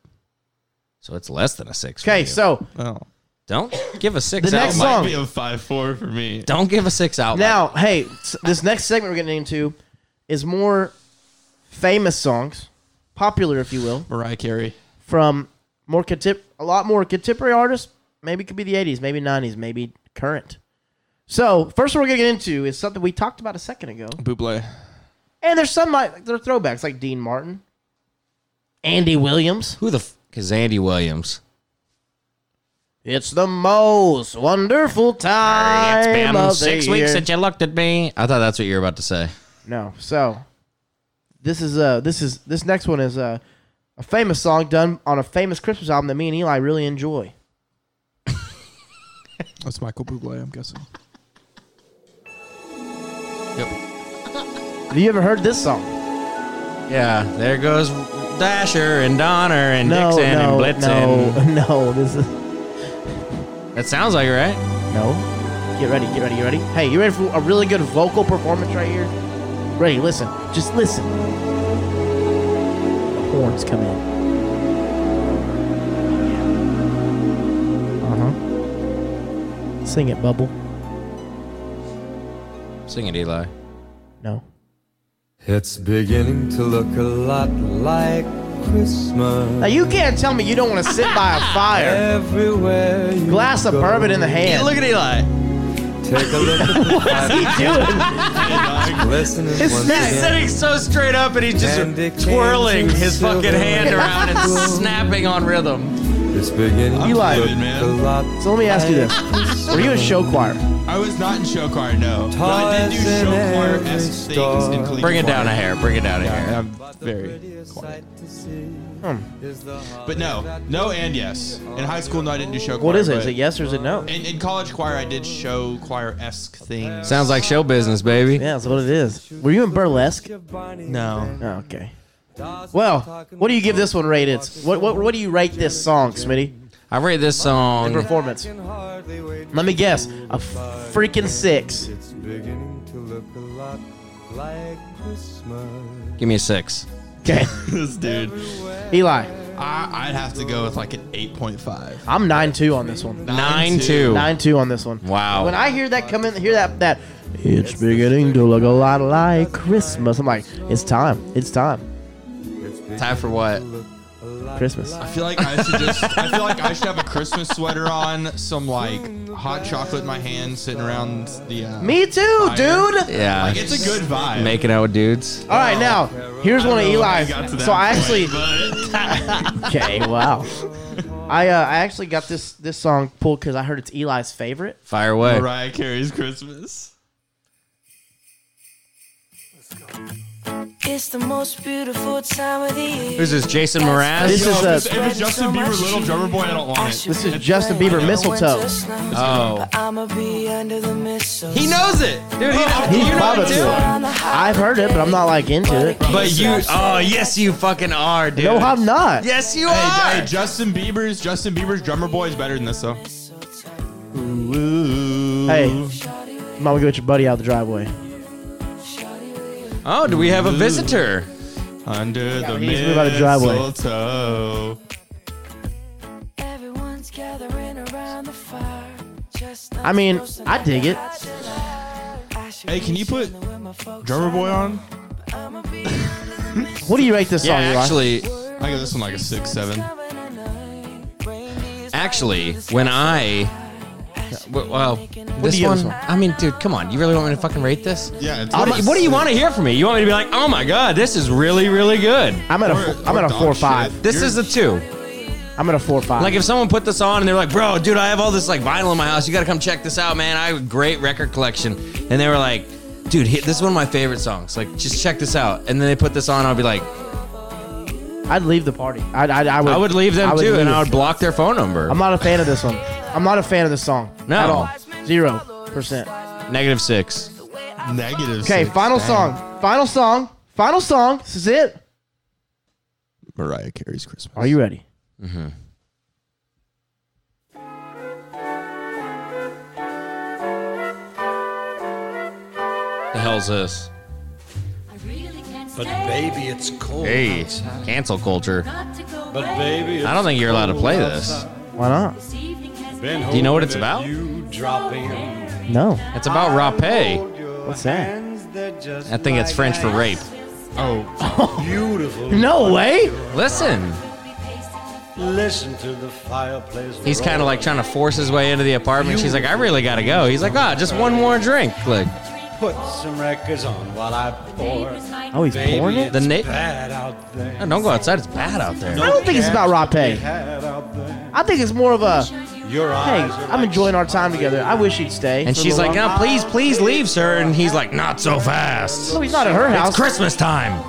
[SPEAKER 9] So it's less than a six. for
[SPEAKER 7] okay,
[SPEAKER 9] you.
[SPEAKER 7] so
[SPEAKER 8] Oh,
[SPEAKER 9] don't give a six.
[SPEAKER 7] The
[SPEAKER 9] out
[SPEAKER 7] next
[SPEAKER 9] like-
[SPEAKER 7] song-
[SPEAKER 8] might be a five four for me.
[SPEAKER 9] Don't give a six out. like
[SPEAKER 7] Now, hey, s- this next segment we're getting into is more famous songs, popular, if you will,
[SPEAKER 8] Mariah Carey.
[SPEAKER 7] from more contip- a lot more contemporary artists. Maybe it could be the 80s, maybe 90s, maybe current. So, first one we're going to get into is something we talked about a second ago.
[SPEAKER 8] Buble.
[SPEAKER 7] And there's some like, there are throwbacks like Dean Martin, Andy Williams.
[SPEAKER 9] Who the f is Andy Williams?
[SPEAKER 7] It's the most wonderful time. of the year.
[SPEAKER 9] you looked at me. I thought that's what you were about to say.
[SPEAKER 7] No. So this is uh this is this next one is uh, a famous song done on a famous Christmas album that me and Eli really enjoy.
[SPEAKER 8] That's Michael Buble. I'm guessing.
[SPEAKER 7] Have you ever heard this song?
[SPEAKER 9] Yeah, there goes Dasher and Donner and
[SPEAKER 7] No,
[SPEAKER 9] Dixon
[SPEAKER 7] no,
[SPEAKER 9] and Blitzen.
[SPEAKER 7] no, no. This is
[SPEAKER 9] That sounds like it, right.
[SPEAKER 7] no. Get ready, get ready, get ready. Hey, you ready for a really good vocal performance right here? Ready? Listen, just listen. The horns come in. Uh huh. Uh-huh. Sing it, Bubble.
[SPEAKER 9] Sing it, Eli.
[SPEAKER 7] No.
[SPEAKER 10] It's beginning to look a lot like Christmas.
[SPEAKER 7] Now you can't tell me you don't want to sit by a fire,
[SPEAKER 10] Everywhere you
[SPEAKER 7] glass of
[SPEAKER 10] go.
[SPEAKER 7] bourbon in the hand.
[SPEAKER 9] look at Eli.
[SPEAKER 10] Take a look at the What's he doing? Glistening once
[SPEAKER 9] He's
[SPEAKER 10] again.
[SPEAKER 9] sitting so straight up and he's just
[SPEAKER 10] Candy cane
[SPEAKER 9] twirling
[SPEAKER 10] to
[SPEAKER 9] his
[SPEAKER 10] silver
[SPEAKER 9] fucking hand around and snapping on rhythm.
[SPEAKER 10] It's beginning
[SPEAKER 7] Eli.
[SPEAKER 10] to look a lot
[SPEAKER 7] So let me ask you this: Were you in show choir?
[SPEAKER 8] I was not in show choir, no. But I did do
[SPEAKER 10] Toys in
[SPEAKER 8] show choir
[SPEAKER 10] every
[SPEAKER 8] esque things
[SPEAKER 10] store.
[SPEAKER 8] in collegiate
[SPEAKER 9] Bring it down a
[SPEAKER 8] choir.
[SPEAKER 9] hair. Bring it down a hair.
[SPEAKER 8] I'm very quiet.
[SPEAKER 7] Hmm.
[SPEAKER 8] But no, no, and yes. In high school, no, I didn't do show choir.
[SPEAKER 7] What is it? Is
[SPEAKER 8] but
[SPEAKER 7] it yes or is it no?
[SPEAKER 8] In, in college choir, I did show choir esque things.
[SPEAKER 9] Sounds like show business, baby.
[SPEAKER 7] Yeah, that's what it is. Were you in burlesque?
[SPEAKER 8] no.
[SPEAKER 7] Oh, okay. Well, what do you give this one rated? What what what do you rate this song, Smitty?
[SPEAKER 9] I rate this song.
[SPEAKER 7] And performance. Let me guess, a freaking six.
[SPEAKER 10] It's beginning to look a lot like Christmas.
[SPEAKER 9] Give me a six.
[SPEAKER 7] Okay,
[SPEAKER 8] this dude.
[SPEAKER 7] Eli,
[SPEAKER 8] I, I'd have to go with like an 8.5.
[SPEAKER 7] I'm nine two on this one.
[SPEAKER 9] Nine two.
[SPEAKER 7] Nine two on this one.
[SPEAKER 9] Wow.
[SPEAKER 7] When I hear that come in, hear that that. It's beginning to look a lot like Christmas. I'm like, it's time. It's time.
[SPEAKER 9] Time for what?
[SPEAKER 7] Christmas.
[SPEAKER 8] I feel like I should just. I feel like I should have a Christmas sweater on, some like hot chocolate in my hand, sitting around the. Uh,
[SPEAKER 7] Me too,
[SPEAKER 8] Fire.
[SPEAKER 7] dude.
[SPEAKER 9] Yeah.
[SPEAKER 8] Like it's a good vibe.
[SPEAKER 9] Making out with dudes.
[SPEAKER 7] All right, now here's one of Eli's. So I actually. Okay, wow. I uh, I actually got this this song pulled because I heard it's Eli's favorite.
[SPEAKER 9] Fire away.
[SPEAKER 8] Mariah Carey's Christmas.
[SPEAKER 11] It's the most beautiful time of the year.
[SPEAKER 9] Who's this? Jason Mraz.
[SPEAKER 7] This
[SPEAKER 8] Yo,
[SPEAKER 7] is
[SPEAKER 8] if
[SPEAKER 7] a-
[SPEAKER 8] it's- if it's Justin Bieber, Little Drummer Boy, I don't want it.
[SPEAKER 7] This is Justin Bieber, mistletoe.
[SPEAKER 9] oh.
[SPEAKER 11] I'ma be under the mistletoe.
[SPEAKER 9] He knows it, dude. He,
[SPEAKER 8] Oh,
[SPEAKER 7] He's
[SPEAKER 9] you know
[SPEAKER 7] Baba
[SPEAKER 9] it
[SPEAKER 7] to
[SPEAKER 9] too.
[SPEAKER 7] it. I've heard it, but I'm not like into it.
[SPEAKER 9] But you, oh yes, you fucking are, dude.
[SPEAKER 7] No, I'm not.
[SPEAKER 9] Yes, you are.
[SPEAKER 8] Hey, hey, Justin Bieber's Justin Bieber's Drummer Boy is better than this though. Ooh.
[SPEAKER 7] Hey, mama, go get your buddy out the driveway.
[SPEAKER 9] oh, do we have a visitor?
[SPEAKER 8] Under the
[SPEAKER 7] he's moved out of the driveway.
[SPEAKER 8] mistletoe.
[SPEAKER 11] Everyone's gathering around the fire. Just
[SPEAKER 7] I mean, I dig it.
[SPEAKER 8] Hey, can you put Drummer Boy on?
[SPEAKER 7] What do you rate this
[SPEAKER 9] Yeah,
[SPEAKER 7] song, Eli?
[SPEAKER 9] actually,
[SPEAKER 8] I give this one like a six, seven.
[SPEAKER 9] actually, when I, w- well,
[SPEAKER 7] do
[SPEAKER 9] this
[SPEAKER 7] you give
[SPEAKER 9] one,
[SPEAKER 7] this one?
[SPEAKER 9] I mean, dude, come on. You really want me to fucking rate this?
[SPEAKER 8] Yeah. It's
[SPEAKER 9] What do, what do you want to hear from me? You want me to be like, oh my god, this is really, really good.
[SPEAKER 7] I'm at a
[SPEAKER 8] We're-
[SPEAKER 7] four, I'm at
[SPEAKER 8] we're
[SPEAKER 7] a
[SPEAKER 8] dog
[SPEAKER 7] four
[SPEAKER 8] shit.
[SPEAKER 7] five.
[SPEAKER 9] This
[SPEAKER 8] You're-
[SPEAKER 9] is a two.
[SPEAKER 7] I'm at a four five.
[SPEAKER 9] Like if someone put this on and they're like, "Bro, dude, I have all this like vinyl in my house. You got to come check this out, man. I have a great record collection." And they were like, "Dude, hit, this is one of my favorite songs. Like, just check this out." And then they put this on, I'll be like,
[SPEAKER 7] I'd leave the party. I I, I would
[SPEAKER 9] "I would leave them
[SPEAKER 7] I would
[SPEAKER 9] too, and
[SPEAKER 7] leave.
[SPEAKER 9] I would block their phone number."
[SPEAKER 7] I'm not a fan of this one. I'm not a fan of this song
[SPEAKER 9] No.
[SPEAKER 7] at all. Zero percent.
[SPEAKER 9] Negative six.
[SPEAKER 8] Negative.
[SPEAKER 7] Okay,
[SPEAKER 8] six.
[SPEAKER 7] final
[SPEAKER 8] Dang.
[SPEAKER 7] song. Final song. Final song. This is it.
[SPEAKER 8] Mariah Carey's Christmas.
[SPEAKER 7] Are you ready?
[SPEAKER 9] The hell's this?
[SPEAKER 11] But
[SPEAKER 10] Baby, it's cold.
[SPEAKER 9] Hey, cancel culture.
[SPEAKER 11] But baby,
[SPEAKER 9] I don't think you're allowed to play this.
[SPEAKER 7] Why not?
[SPEAKER 9] Do you know what it's about?
[SPEAKER 7] No.
[SPEAKER 9] It's about rape.
[SPEAKER 7] What's that?
[SPEAKER 9] I think it's French for rape.
[SPEAKER 8] Oh,
[SPEAKER 7] No way.
[SPEAKER 9] Listen,
[SPEAKER 10] Listen to the fireplace.
[SPEAKER 9] he's kind of like trying to force his way into the apartment. She's like, "I really gotta go." He's like, "Ah, just one more drink." Like.
[SPEAKER 10] Put some records on while I pour.
[SPEAKER 7] Oh, he's pouring it.
[SPEAKER 9] The na-
[SPEAKER 10] Bad out there.
[SPEAKER 9] No, don't go outside. It's bad out there.
[SPEAKER 7] I don't think it's about rape.
[SPEAKER 10] Bad out there.
[SPEAKER 7] I think it's more of a hey.
[SPEAKER 10] Your eyes are
[SPEAKER 7] I'm enjoying our time together. I wish he'd stay.
[SPEAKER 9] And
[SPEAKER 7] for a
[SPEAKER 9] she's
[SPEAKER 7] little
[SPEAKER 9] like, no,
[SPEAKER 7] while.
[SPEAKER 9] please, please leave, sir. And he's like, not so fast.
[SPEAKER 7] No, he's not at her house.
[SPEAKER 9] It's Christmas time.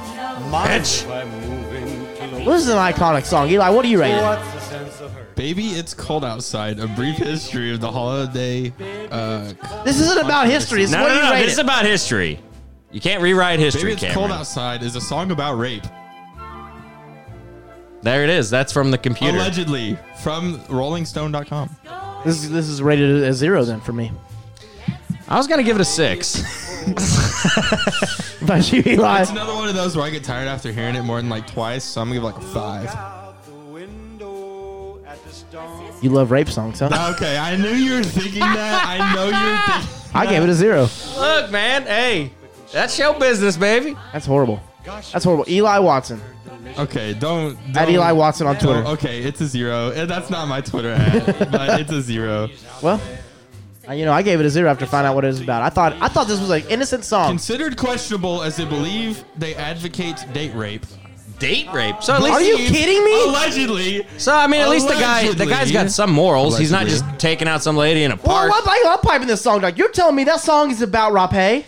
[SPEAKER 9] Bitch.
[SPEAKER 10] by moving close.
[SPEAKER 7] Well, this is an iconic song. Eli, what do you rate it?
[SPEAKER 10] What's the sense of her?
[SPEAKER 8] baby, it's cold outside. A brief history of the holiday. Uh,
[SPEAKER 7] This isn't about history. It's
[SPEAKER 9] No,
[SPEAKER 7] what
[SPEAKER 9] no,
[SPEAKER 7] do you
[SPEAKER 9] no.
[SPEAKER 7] rate
[SPEAKER 9] This is
[SPEAKER 7] it?
[SPEAKER 9] about history. You can't rewrite
[SPEAKER 8] baby,
[SPEAKER 9] history,
[SPEAKER 8] it's cold
[SPEAKER 9] Cameron.
[SPEAKER 8] outside is a song about rape,
[SPEAKER 9] There it is. That's from the computer.
[SPEAKER 8] allegedly from RollingStone.com.
[SPEAKER 7] This, this is rated a zero then for me.
[SPEAKER 9] I was going to give it a six.
[SPEAKER 7] But you, Eli,
[SPEAKER 8] It's another one of those where I get tired after hearing it more than like twice, so I'm gonna give it like a five.
[SPEAKER 7] you love rape songs, huh?
[SPEAKER 8] Okay, I knew you were thinking that. I know you were thinking.
[SPEAKER 7] I gave it a zero.
[SPEAKER 9] Look, man. Hey, that's show business, baby.
[SPEAKER 7] That's horrible. That's horrible. Eli Watson
[SPEAKER 8] Okay, don't. don't
[SPEAKER 7] at Eli Watson on
[SPEAKER 8] don't-
[SPEAKER 7] Twitter.
[SPEAKER 8] okay, it's a zero. And That's not my Twitter ad, but it's a zero.
[SPEAKER 7] Well, Uh, You know, I gave it a zero after finding out what it was about. I thought I thought this was like innocent song.
[SPEAKER 12] Considered questionable as they believe they advocate date rape.
[SPEAKER 9] Date rape. So at least
[SPEAKER 7] Are you
[SPEAKER 9] he-
[SPEAKER 7] kidding me?
[SPEAKER 12] Allegedly,
[SPEAKER 9] So I mean, at least the guy the guy's got some morals. He's not just
[SPEAKER 12] Allegedly.
[SPEAKER 9] taking out some lady in a
[SPEAKER 7] Well,
[SPEAKER 9] park.
[SPEAKER 7] I'm, I'm, I'm piping this song, dog. You're telling me that song is about Rapé?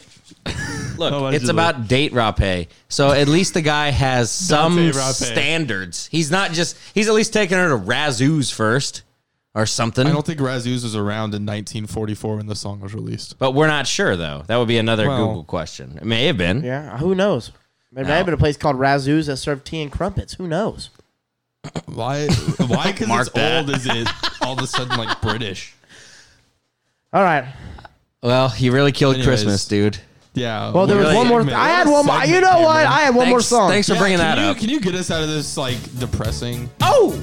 [SPEAKER 9] Look,
[SPEAKER 12] Allegedly.
[SPEAKER 9] it's about date rape. So at least the guy has some
[SPEAKER 12] Dante rape.
[SPEAKER 9] standards. He's not just he's at least taking her to Razoo's first or something.
[SPEAKER 12] I don't think Razooz was around in 1944 when the song was released.
[SPEAKER 9] But we're not sure though. That would be another
[SPEAKER 12] Well-
[SPEAKER 9] Google question. It may have been.
[SPEAKER 7] Yeah, who knows? There may have been a place called Razoo's that served tea and crumpets. Who knows?
[SPEAKER 12] Why? Why? Because
[SPEAKER 9] Mark
[SPEAKER 12] it's
[SPEAKER 9] that.
[SPEAKER 12] old. Is it all of a sudden like British?
[SPEAKER 7] All right.
[SPEAKER 9] Well, he really killed
[SPEAKER 12] Anyways.
[SPEAKER 9] Christmas, dude.
[SPEAKER 12] Yeah.
[SPEAKER 7] Well, there was
[SPEAKER 9] Really?
[SPEAKER 7] one more. I had one more. You know what? I had one
[SPEAKER 9] thanks,
[SPEAKER 7] more song.
[SPEAKER 9] Thanks for bringing that
[SPEAKER 12] you,
[SPEAKER 9] up.
[SPEAKER 12] Can you get us out of this like depressing?
[SPEAKER 9] Oh,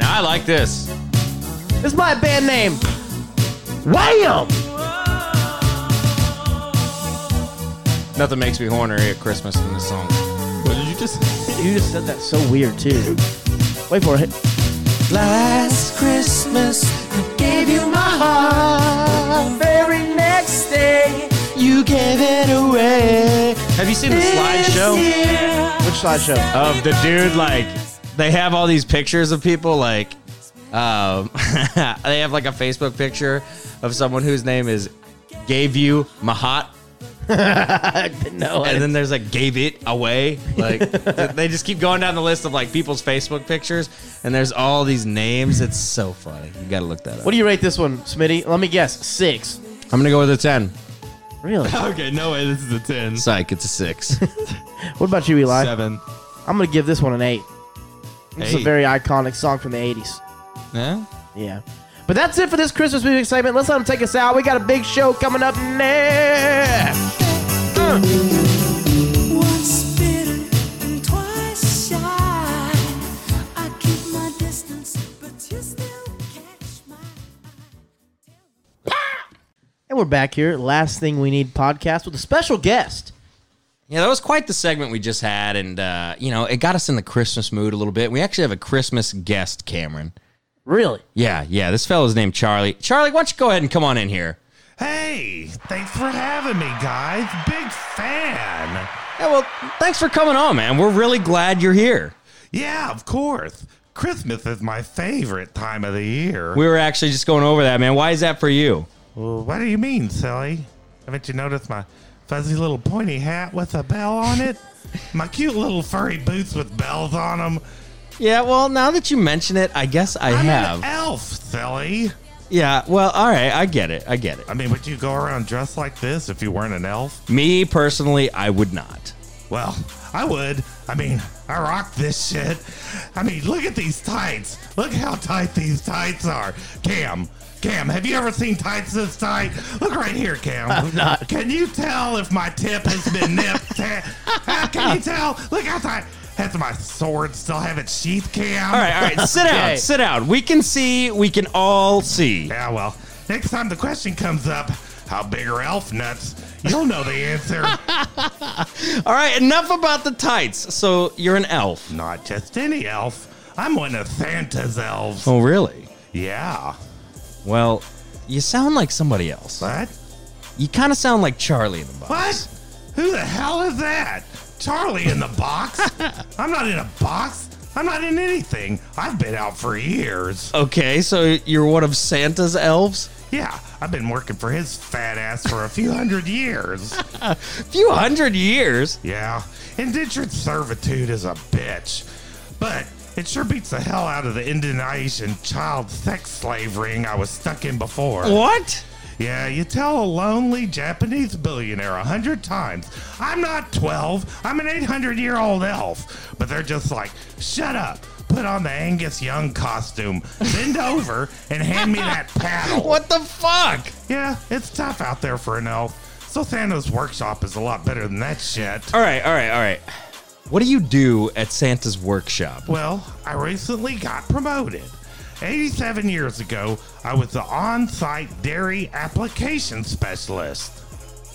[SPEAKER 9] now I like this.
[SPEAKER 7] This is my band name. Wham!
[SPEAKER 9] Nothing makes me hornery at Christmas than this song.
[SPEAKER 12] What did you just?
[SPEAKER 7] You just said that so weird too. Wait for it.
[SPEAKER 9] Last Christmas, I gave you my heart. Very next day, you gave it away. Have you seen the slideshow
[SPEAKER 7] Which slideshow?
[SPEAKER 9] of the dude? Like, they have all these pictures of people, like, um, they have like a Facebook picture of someone whose name is Gave You Mahat.
[SPEAKER 7] no.
[SPEAKER 9] And then there's like gave it away. Like th- they just keep going down the list of like people's Facebook pictures, and there's all these names. It's so funny. You gotta look that up.
[SPEAKER 7] What do you rate this one, Smitty? Let me guess. Six.
[SPEAKER 9] I'm gonna go with a ten.
[SPEAKER 7] Really?
[SPEAKER 12] Okay, no way. This is a ten.
[SPEAKER 9] Psych, it's a six.
[SPEAKER 7] What about you, Eli?
[SPEAKER 12] Seven.
[SPEAKER 7] I'm gonna give this one an eight. It's a
[SPEAKER 12] Eight.
[SPEAKER 7] very iconic song from the '80s.
[SPEAKER 12] Yeah.
[SPEAKER 7] Yeah. But that's it for this Christmas music segment. Let's let them take us out. We got a big show coming up next.
[SPEAKER 13] Once bitter and twice shy. I keep my distance, but you still catch my eye.
[SPEAKER 7] And we're back here. Last thing we need podcast with a special guest.
[SPEAKER 9] yeah, that was quite the segment we just had, and uh, you know, it got us in the Christmas mood a little bit. We actually have a Christmas guest, Cameron.
[SPEAKER 7] Really?
[SPEAKER 9] Yeah, yeah. This fella's named Charlie. Charlie, why don't you go ahead and come on in here?
[SPEAKER 8] Hey, thanks for having me, guys. Big fan.
[SPEAKER 9] Yeah, well, thanks for coming on, man. We're really glad you're here.
[SPEAKER 8] Yeah, of course. Christmas is my favorite time of the year.
[SPEAKER 9] We were actually just going over that, man. Why is that for you?
[SPEAKER 8] Well, what do you mean, silly? Haven't you noticed my fuzzy little pointy hat with a bell on it? my cute little furry boots with bells on them.
[SPEAKER 9] Yeah, well, now that you mention it, I guess I
[SPEAKER 8] I'm
[SPEAKER 9] have.
[SPEAKER 8] an elf, silly.
[SPEAKER 9] Yeah, well, all right, I get it. I get it.
[SPEAKER 8] I mean, would you go around dressed like this if you weren't an elf?
[SPEAKER 9] Me personally, I would not.
[SPEAKER 8] Well, I would. I mean, I rock this shit. I mean, look at these tights. Look how tight these tights are. Cam, Cam, have you ever seen tights this tight? Look right here, Cam. I'm not. Can you tell if my tip has been nipped? How can you tell? Look how tight. Has my sword still have its sheath, Cam?
[SPEAKER 9] All right, all right, sit down,
[SPEAKER 7] Okay.
[SPEAKER 9] sit down. We can see, we can all see.
[SPEAKER 8] Yeah, well, next time the question comes up, how big are elf nuts? You'll know the answer.
[SPEAKER 9] All right, enough about the tights. So you're an elf.
[SPEAKER 8] Not just any elf. I'm one of Santa's elves.
[SPEAKER 9] Oh, really?
[SPEAKER 8] Yeah.
[SPEAKER 9] Well, you sound like somebody else.
[SPEAKER 8] What?
[SPEAKER 9] You kind of sound like Charlie in the box.
[SPEAKER 8] What? Who the hell is that? Charlie in the box? I'm not in a box. I'm not in anything. I've been out for years.
[SPEAKER 9] Okay, so you're one of Santa's elves?
[SPEAKER 8] Yeah, I've been working for his fat ass for a few hundred years.
[SPEAKER 9] A few hundred years.
[SPEAKER 8] Yeah, indentured servitude is a bitch. But it sure beats the hell out of the Indonesian child sex slave ring I was stuck in before.
[SPEAKER 9] What?
[SPEAKER 8] Yeah, you tell a lonely Japanese billionaire a hundred times, I'm not 12, I'm an 800 year old elf. But they're just like, shut up, put on the Angus Young costume, bend over, and hand me that paddle.
[SPEAKER 9] What the fuck?
[SPEAKER 8] Yeah, it's tough out there for an elf. So Santa's workshop is a lot better than that shit.
[SPEAKER 9] All right, all right, all right. What do you do at Santa's workshop?
[SPEAKER 8] Well, I recently got promoted. 87 years ago, I was the on site dairy application specialist.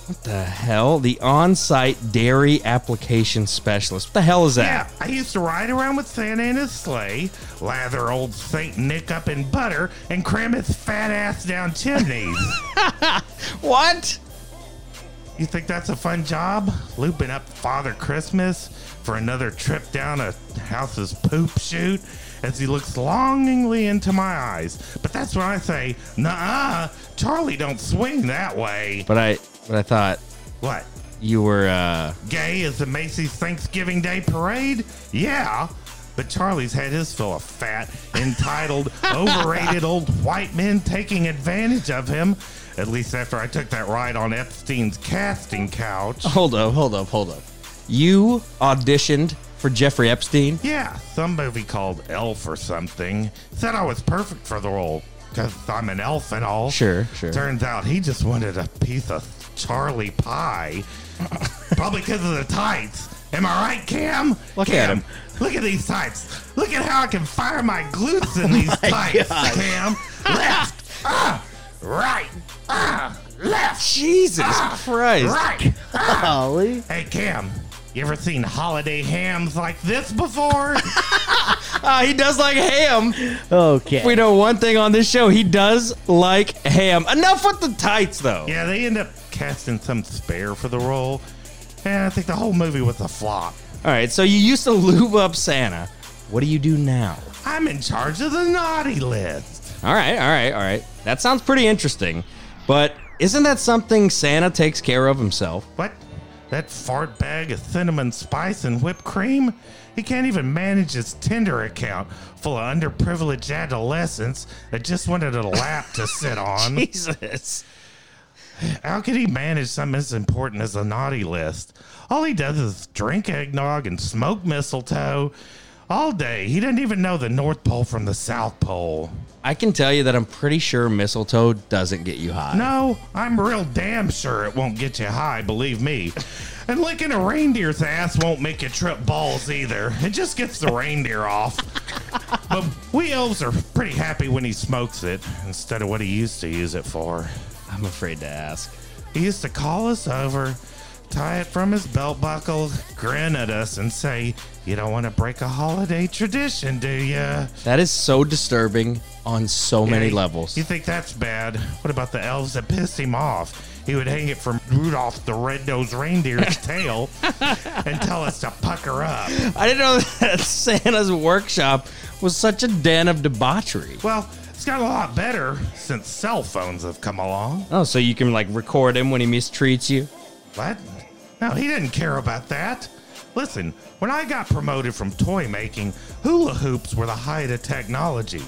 [SPEAKER 9] What the hell? The on-site dairy application specialist. What the hell is that?
[SPEAKER 13] I used to ride around with Santa in his sleigh, lather old Saint Nick up in butter, and cram his fat ass down chimneys.
[SPEAKER 9] what?
[SPEAKER 13] You think that's a fun job? Looping up Father Christmas for another trip down a house's poop chute as he looks longingly into my eyes. But that's when I say, nah, Charlie don't swing that way.
[SPEAKER 9] But I but I thought
[SPEAKER 13] What?
[SPEAKER 9] you were uh
[SPEAKER 13] Gay as the Macy's Thanksgiving Day Parade? Yeah. But Charlie's had his fill of fat, entitled, overrated old white men taking advantage of him. At least after I took that ride on Epstein's casting couch.
[SPEAKER 9] Hold up, hold up, hold up. You auditioned for Jeffrey Epstein?
[SPEAKER 13] Yeah, some movie called Elf or something. Said I was perfect for the role because I'm an elf and all.
[SPEAKER 9] Sure, sure.
[SPEAKER 13] Turns out he just wanted a piece of Charlie pie. Probably because of the tights. Am I right, Cam?
[SPEAKER 9] Look at
[SPEAKER 13] Cam,
[SPEAKER 9] him.
[SPEAKER 13] Look at these tights. Look at how I can fire my glutes in these tights, Cam. Left, ah, right, ah, left.
[SPEAKER 9] Jesus
[SPEAKER 13] ah,
[SPEAKER 9] Christ.
[SPEAKER 13] Right. ah.
[SPEAKER 7] Golly.
[SPEAKER 13] Hey, Cam. You ever seen holiday hams like this before?
[SPEAKER 9] Ah, he does like ham.
[SPEAKER 7] Okay.
[SPEAKER 9] We know one thing on this show. He does like ham. Enough with the tights, though.
[SPEAKER 13] Yeah, they end up casting some spare for the role. Eh, And I think the whole movie was a flop.
[SPEAKER 9] All right, so you used to lube up Santa. What do you do now?
[SPEAKER 13] I'm in charge of the naughty list.
[SPEAKER 9] All right, all right, all right. That sounds pretty interesting, but isn't that something Santa takes care of himself?
[SPEAKER 13] What? That fart bag of cinnamon spice and whipped cream? He can't even manage his Tinder account full of underprivileged adolescents that just wanted a lap to sit on.
[SPEAKER 9] Jesus.
[SPEAKER 13] How could he manage something as important as a naughty list? All he does is drink eggnog and smoke mistletoe all day. He doesn't even know the North Pole from the South Pole.
[SPEAKER 9] I can tell you that I'm pretty sure mistletoe doesn't get you high.
[SPEAKER 13] No, I'm real damn sure it won't get you high, believe me. And licking a reindeer's ass won't make you trip balls either. It just gets the reindeer off. But we elves are pretty happy when he smokes it instead of what he used to use it for.
[SPEAKER 9] I'm afraid to ask.
[SPEAKER 13] He used to call us over, tie it from his belt buckle, grin at us, and say, You don't want to break a holiday tradition, do ya?
[SPEAKER 9] That is so disturbing on so many
[SPEAKER 13] Yeah,
[SPEAKER 9] levels.
[SPEAKER 13] You think that's bad? What about the elves that pissed him off? He would hang it from Rudolph the Red-Nosed Reindeer's tail and tell us to pucker up.
[SPEAKER 9] I didn't know that Santa's workshop was such a den of debauchery.
[SPEAKER 13] Well, it's gotten a lot better since cell phones have come along.
[SPEAKER 9] Oh, so you can like record him when he mistreats you?
[SPEAKER 13] What? No, he didn't care about that. Listen, when I got promoted from toy making, hula hoops were the height of technology.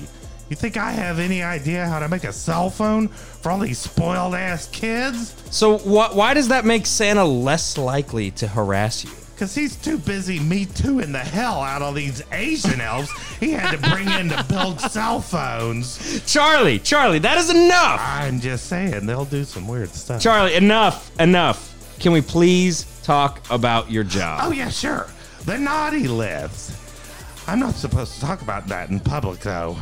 [SPEAKER 13] You think I have any idea how to make a cell phone for all these spoiled ass kids?
[SPEAKER 9] So wh- why does that make Santa less likely to harass you?
[SPEAKER 13] Because he's too busy me too in the hell out of these Asian elves he had to bring in to build cell phones.
[SPEAKER 9] Charlie, Charlie, that is enough.
[SPEAKER 13] I'm just saying, they'll do some weird stuff.
[SPEAKER 9] Charlie, enough, enough. Can we please talk about your
[SPEAKER 13] oh,
[SPEAKER 9] job?
[SPEAKER 13] yeah, sure. The naughty list. I'm not supposed to talk about that in public, though.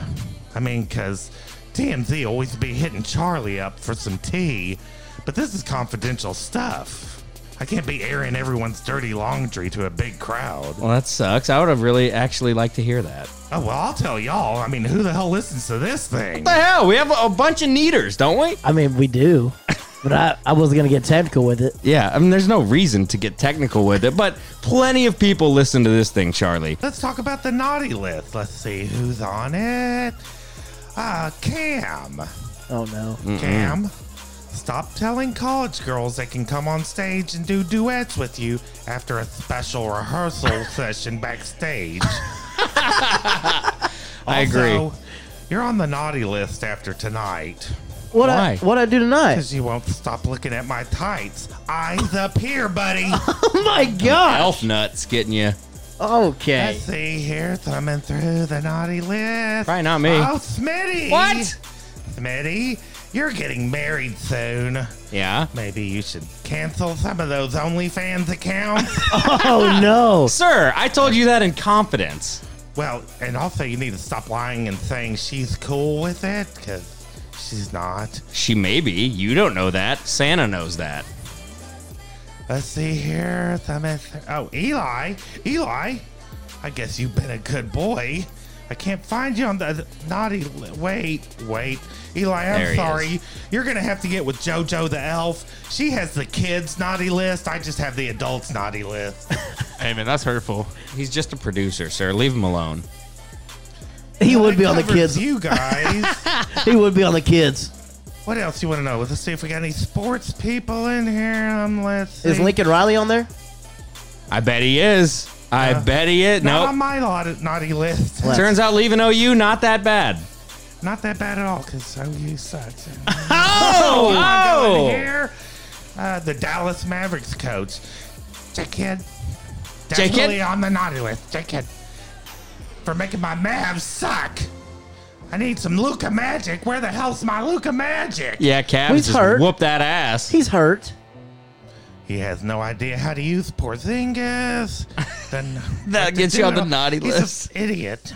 [SPEAKER 13] I mean, because TMZ always be hitting Charlie up for some tea, but this is confidential stuff. I can't be airing everyone's dirty laundry to a big crowd.
[SPEAKER 9] Well, that sucks. I would have really actually liked to hear that.
[SPEAKER 13] Oh, well, I'll tell y'all. I mean, who the hell listens to this thing?
[SPEAKER 9] What the hell? We have a, a bunch of neaters, don't we?
[SPEAKER 7] I mean, we do, but I, I wasn't gonna get technical with it.
[SPEAKER 9] Yeah, I mean, there's no reason to get technical with it, but plenty of people listen to this thing, Charlie.
[SPEAKER 13] Let's talk about the naughty list. Let's see who's on it. Uh, Cam.
[SPEAKER 7] Oh no.
[SPEAKER 13] Mm. Cam, stop telling college girls they can come on stage and do duets with you after a special rehearsal session backstage.
[SPEAKER 9] I agree.
[SPEAKER 13] Also, You're on the naughty list after tonight
[SPEAKER 7] What
[SPEAKER 9] Why?
[SPEAKER 7] I what I do tonight?
[SPEAKER 13] because you won't stop looking at my tights. Eyes up here, buddy.
[SPEAKER 7] Oh my god.
[SPEAKER 9] Elf nuts getting you.
[SPEAKER 7] Okay.
[SPEAKER 13] Let's see here, thumbing through the naughty list.
[SPEAKER 9] Probably not me.
[SPEAKER 13] Oh, Smitty.
[SPEAKER 9] What?
[SPEAKER 13] Smitty, you're getting married soon.
[SPEAKER 9] Yeah.
[SPEAKER 13] Maybe you should cancel some of those OnlyFans accounts.
[SPEAKER 7] Oh no.
[SPEAKER 9] Sir, I told you that in confidence.
[SPEAKER 13] well, and also you need to stop lying and saying she's cool with it because she's not.
[SPEAKER 9] She may be. You don't know that. Santa knows that.
[SPEAKER 13] Let's see here. Thumb and th- oh, Eli. Eli. I guess you've been a good boy. I can't find you on the the naughty. Li- wait, wait. Eli, I'm
[SPEAKER 14] There he
[SPEAKER 13] sorry. You're going to have to get with JoJo the elf. She has the kids' naughty list. I just have the adults' naughty list.
[SPEAKER 9] Hey man, that's hurtful. He's just a producer, sir. Leave him alone.
[SPEAKER 7] He would be on the
[SPEAKER 13] covers
[SPEAKER 7] kids.
[SPEAKER 13] You guys.
[SPEAKER 7] he would be on the kids.
[SPEAKER 13] What else you want to know? Let's see if we got any sports people in here. Um, let's see.
[SPEAKER 7] Is Lincoln Riley on there?
[SPEAKER 9] I bet he is. I bet he is.
[SPEAKER 13] Not
[SPEAKER 9] Nope.
[SPEAKER 13] on my lot- naughty list.
[SPEAKER 9] Turns out leaving OU not that bad.
[SPEAKER 13] Not that bad at all because OU sucks.
[SPEAKER 9] Oh,
[SPEAKER 13] I'm going
[SPEAKER 9] oh.
[SPEAKER 13] here. Uh, the Dallas Mavericks coach. Dickhead.
[SPEAKER 9] Dickhead?
[SPEAKER 13] Definitely on the naughty list. Dickhead. For making my Mavs suck. I need some Luca Magic. Where the hell's my Luca Magic?
[SPEAKER 9] Yeah, Cavs
[SPEAKER 13] He's
[SPEAKER 9] just
[SPEAKER 13] hurt.
[SPEAKER 9] whooped that ass.
[SPEAKER 7] He's hurt.
[SPEAKER 13] He has no idea how to use Porzingis. Then
[SPEAKER 14] That gets you on the naughty
[SPEAKER 13] He's
[SPEAKER 14] list.
[SPEAKER 13] an idiot.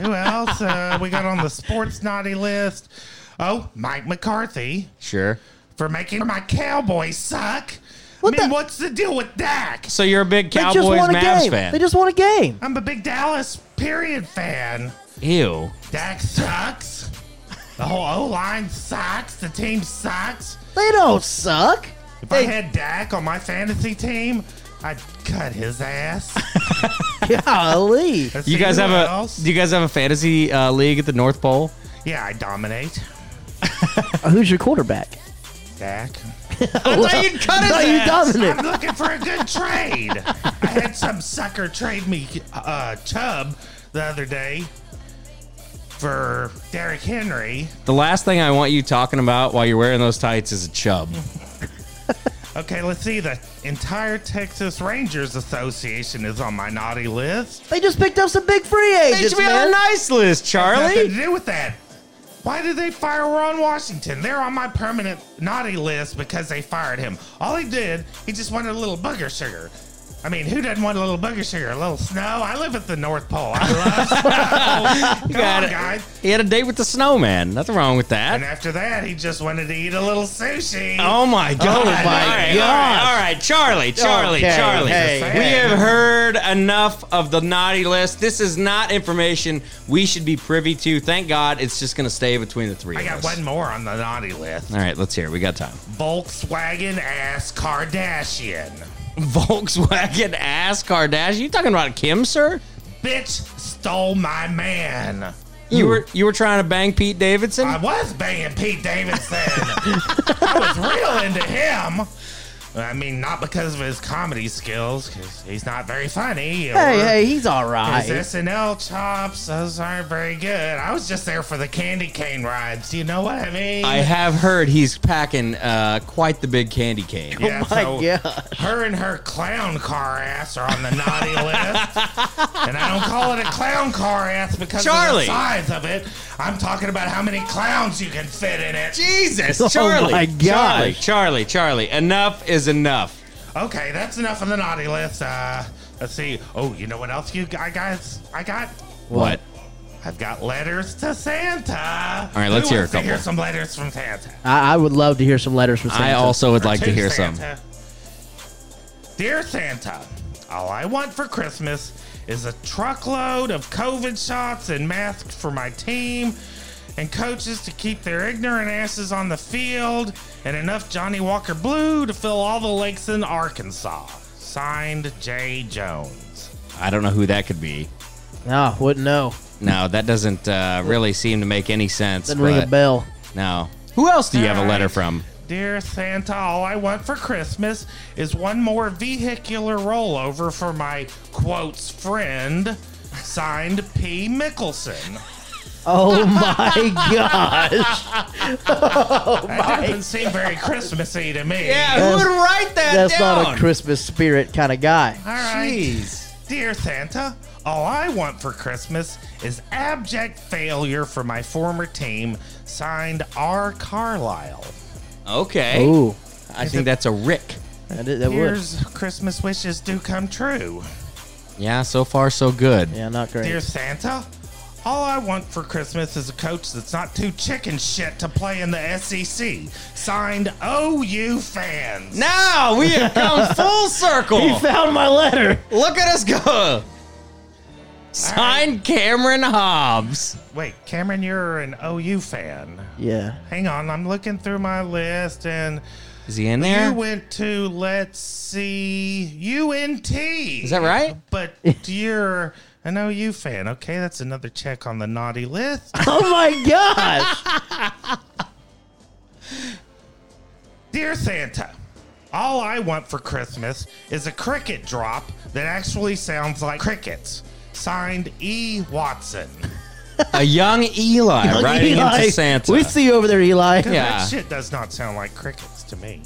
[SPEAKER 13] Who else? uh, we got on the sports naughty list. Oh, Mike McCarthy
[SPEAKER 9] Sure.
[SPEAKER 13] for making my Cowboys suck. I mean, what's the deal with Dak?
[SPEAKER 9] So you're a big
[SPEAKER 13] They just
[SPEAKER 9] Cowboys
[SPEAKER 13] won a
[SPEAKER 9] Mavs
[SPEAKER 13] game.
[SPEAKER 9] fan.
[SPEAKER 13] They
[SPEAKER 7] just won a game.
[SPEAKER 13] I'm a big Dallas period fan.
[SPEAKER 9] Ew.
[SPEAKER 13] Dak sucks. The whole O line sucks. The team sucks.
[SPEAKER 7] They don't suck.
[SPEAKER 13] If I had Dak on my fantasy team, I'd cut his ass.
[SPEAKER 7] Golly.
[SPEAKER 13] Let's
[SPEAKER 9] You
[SPEAKER 13] see
[SPEAKER 9] guys
[SPEAKER 13] who
[SPEAKER 9] have a
[SPEAKER 13] else.
[SPEAKER 9] do you guys have a fantasy uh, league at the North Pole?
[SPEAKER 13] Yeah, I dominate.
[SPEAKER 7] Uh, Who's your quarterback?
[SPEAKER 13] Dak.
[SPEAKER 9] I thought you'd cut his
[SPEAKER 7] No, you
[SPEAKER 9] ass.
[SPEAKER 7] dominant.
[SPEAKER 13] I'm looking for a good trade. I had some sucker trade me uh, Chubb the other day for Derrick Henry.
[SPEAKER 9] The last thing I want you talking about while you're wearing those tights is a chub.
[SPEAKER 13] Okay, let's see. The entire Texas Rangers Association is on my naughty list.
[SPEAKER 7] They just picked up some big free agents.
[SPEAKER 13] should be on
[SPEAKER 7] man.
[SPEAKER 13] a nice
[SPEAKER 9] list,
[SPEAKER 13] Nothing to do with that. Why did they fire Ron Washington? They're on my permanent naughty list because they fired him. All he did, he just wanted a little booger sugar. I mean, who doesn't want a little booger sugar? A little snow? I live at the North Pole. I love snow. Come on, guys.
[SPEAKER 9] He had a date with the snowman. Nothing wrong with that.
[SPEAKER 13] And after that, he just wanted to eat a little sushi.
[SPEAKER 9] Oh my god!
[SPEAKER 13] my
[SPEAKER 9] all right, all right,
[SPEAKER 13] God.
[SPEAKER 9] all right, Charlie, Charlie,
[SPEAKER 13] Okay,
[SPEAKER 9] Charlie.
[SPEAKER 13] hey,
[SPEAKER 9] we
[SPEAKER 13] hey.
[SPEAKER 9] have heard enough of the naughty list. This is not information we should be privy to. Thank God, it's just going to stay between the three
[SPEAKER 13] I
[SPEAKER 9] of
[SPEAKER 13] got
[SPEAKER 9] us.
[SPEAKER 13] one more on the naughty list
[SPEAKER 9] All right, let's hear. it. We got time.
[SPEAKER 13] Volkswagen ass Kardashian.
[SPEAKER 9] Volkswagen ass Kardashian. You talking about Kim, sir?
[SPEAKER 13] Bitch stole my man.
[SPEAKER 9] You were you were trying to bang Pete Davidson?
[SPEAKER 13] I was banging Pete Davidson. I was real into him. I mean, not because of his comedy skills, because he's not very funny. or
[SPEAKER 7] Hey, hey, he's all right.
[SPEAKER 13] His SNL chops, those aren't very good. I was just there for the candy cane rides. You know what I mean?
[SPEAKER 9] I have heard he's packing uh, quite the big candy cane.
[SPEAKER 7] Oh
[SPEAKER 13] Yeah, so Her and her clown car ass are on the naughty list. And I don't call it a clown car ass because
[SPEAKER 9] Charlie.
[SPEAKER 13] of the size of it. I'm talking about how many clowns you can fit in it.
[SPEAKER 9] Jesus, Charlie,
[SPEAKER 7] Oh,
[SPEAKER 9] Charlie, Charlie, Charlie. Enough is enough.
[SPEAKER 13] Okay, that's enough on the naughty list. Uh, let's see. Oh, you know what else you I guys I got?
[SPEAKER 9] What?
[SPEAKER 13] I've got letters to Santa.
[SPEAKER 9] All right, let's
[SPEAKER 13] Who
[SPEAKER 9] hear a
[SPEAKER 13] wants to hear
[SPEAKER 9] couple.
[SPEAKER 13] some letters from Santa.
[SPEAKER 7] I, I would love to hear some letters from Santa.
[SPEAKER 9] I also would like
[SPEAKER 13] To
[SPEAKER 9] to hear some.
[SPEAKER 13] Santa. Dear Santa, all I want for Christmas is a truckload of COVID shots and masks for my team and coaches to keep their ignorant asses on the field and enough Johnny Walker Blue to fill all the lakes in Arkansas. Signed, Jay Jones.
[SPEAKER 9] I don't know who that could be.
[SPEAKER 7] No, wouldn't know.
[SPEAKER 9] No, that doesn't uh, really seem to make any sense.
[SPEAKER 7] Doesn't ring a
[SPEAKER 9] but-
[SPEAKER 7] bell.
[SPEAKER 9] No. Who else do you have a letter from?
[SPEAKER 13] Dear Santa, all I want for Christmas is one more vehicular rollover for my quotes friend, signed P. Mickelson.
[SPEAKER 7] Oh my gosh. Oh
[SPEAKER 13] that
[SPEAKER 7] my.
[SPEAKER 13] doesn't seem very Christmassy to me.
[SPEAKER 7] That's not a Christmas spirit kind of guy.
[SPEAKER 13] All right. Dear Santa, all I want for Christmas is abject failure for my former team, signed R. Carlisle.
[SPEAKER 9] Okay.
[SPEAKER 13] Ooh.
[SPEAKER 9] I think that's a Rick.
[SPEAKER 13] Here's Christmas wishes do come true.
[SPEAKER 9] Yeah, so far so good.
[SPEAKER 7] Yeah, not
[SPEAKER 13] Dear Santa, All I want for Christmas is a coach that's not too chicken shit to play in the SEC. Signed OU fans.
[SPEAKER 9] Now we have come full circle.
[SPEAKER 13] He found my letter.
[SPEAKER 9] Look at us go. Signed Cameron Hobbs.
[SPEAKER 13] Wait, Cameron, you're an OU fan.
[SPEAKER 7] Yeah.
[SPEAKER 13] Hang on, I'm looking through my list and
[SPEAKER 9] Is he in there?
[SPEAKER 13] you went to let's see UNT. Is
[SPEAKER 9] that right?
[SPEAKER 13] But you're an OU fan. Okay, that's another check on the naughty list.
[SPEAKER 7] Oh my gosh.
[SPEAKER 13] Dear Santa, all I want for Christmas is a cricket drop that actually sounds like crickets. Signed E. Watson.
[SPEAKER 9] A young Eli
[SPEAKER 13] Young
[SPEAKER 9] riding
[SPEAKER 13] Eli.
[SPEAKER 9] into Santa.
[SPEAKER 7] We see you over there, Eli.
[SPEAKER 13] Dude, That shit does not sound like crickets to me.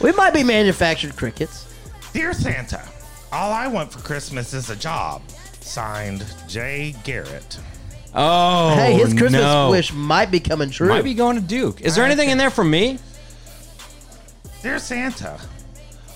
[SPEAKER 7] We might be manufactured crickets.
[SPEAKER 13] Dear Santa, all I want for Christmas is a job. Signed Jay Garrett.
[SPEAKER 9] Oh,
[SPEAKER 7] hey, his Christmas
[SPEAKER 9] no.
[SPEAKER 7] wish might be coming true.
[SPEAKER 9] Might be going to Duke. Is there anything in there for me?
[SPEAKER 13] Dear Santa,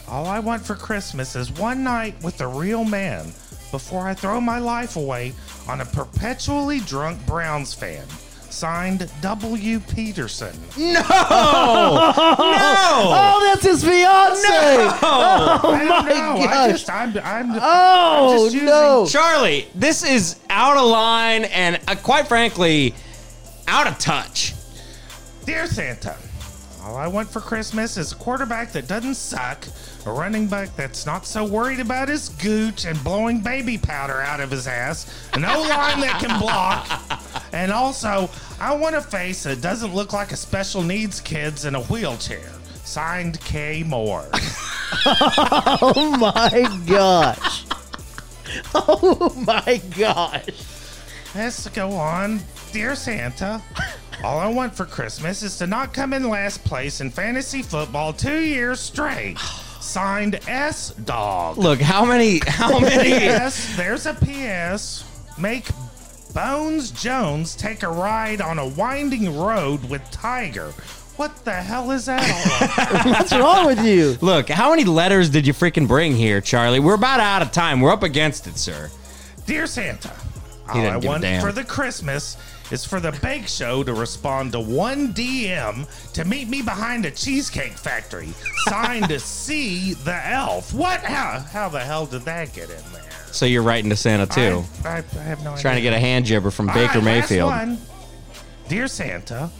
[SPEAKER 13] all I want for Christmas is one night with a real man before I throw my life away on a perpetually drunk Browns fan. Signed W. Peterson.
[SPEAKER 9] No! No!
[SPEAKER 7] Oh, that's his fiance. Oh my
[SPEAKER 13] I don't know. I
[SPEAKER 7] gosh.
[SPEAKER 13] just, I'm, I'm,
[SPEAKER 7] Oh,
[SPEAKER 13] I'm just
[SPEAKER 7] no.
[SPEAKER 9] Charlie, this is out of line and uh, quite frankly, out of touch.
[SPEAKER 13] Dear Santa, all I want for Christmas is a quarterback that doesn't suck, a running back that's not so worried about his gooch and blowing baby powder out of his ass, an O line that can block, and also I want a face that doesn't look like a special needs kid's in a wheelchair. Signed K. Moore.
[SPEAKER 7] oh my gosh. Oh my gosh.
[SPEAKER 13] Let's go on. Dear Santa, all I want for Christmas is to not come in last place in fantasy football two years straight. Signed S Dog.
[SPEAKER 9] Look, how many how many
[SPEAKER 13] P.S. There's a P.S. Make Bones Jones take a ride on a winding road with Tiger. What the hell is that all about?
[SPEAKER 7] What's wrong with you?
[SPEAKER 9] Look, how many letters did you freaking bring here, Charlie? We're about out of time. We're up against it, sir.
[SPEAKER 13] Dear Santa,
[SPEAKER 9] He
[SPEAKER 13] all
[SPEAKER 9] didn't
[SPEAKER 13] I
[SPEAKER 9] give a
[SPEAKER 13] want
[SPEAKER 9] damn.
[SPEAKER 13] for the Christmas is for the bake show to respond to one DM to meet me behind a cheesecake factory. Signed to see the elf. What? How, how the hell did that get in there?
[SPEAKER 9] So you're writing to Santa too.
[SPEAKER 13] I, I have no idea.
[SPEAKER 9] Trying to get a hand jibber from Baker
[SPEAKER 13] All right, last
[SPEAKER 9] Mayfield.
[SPEAKER 13] one. Dear Santa,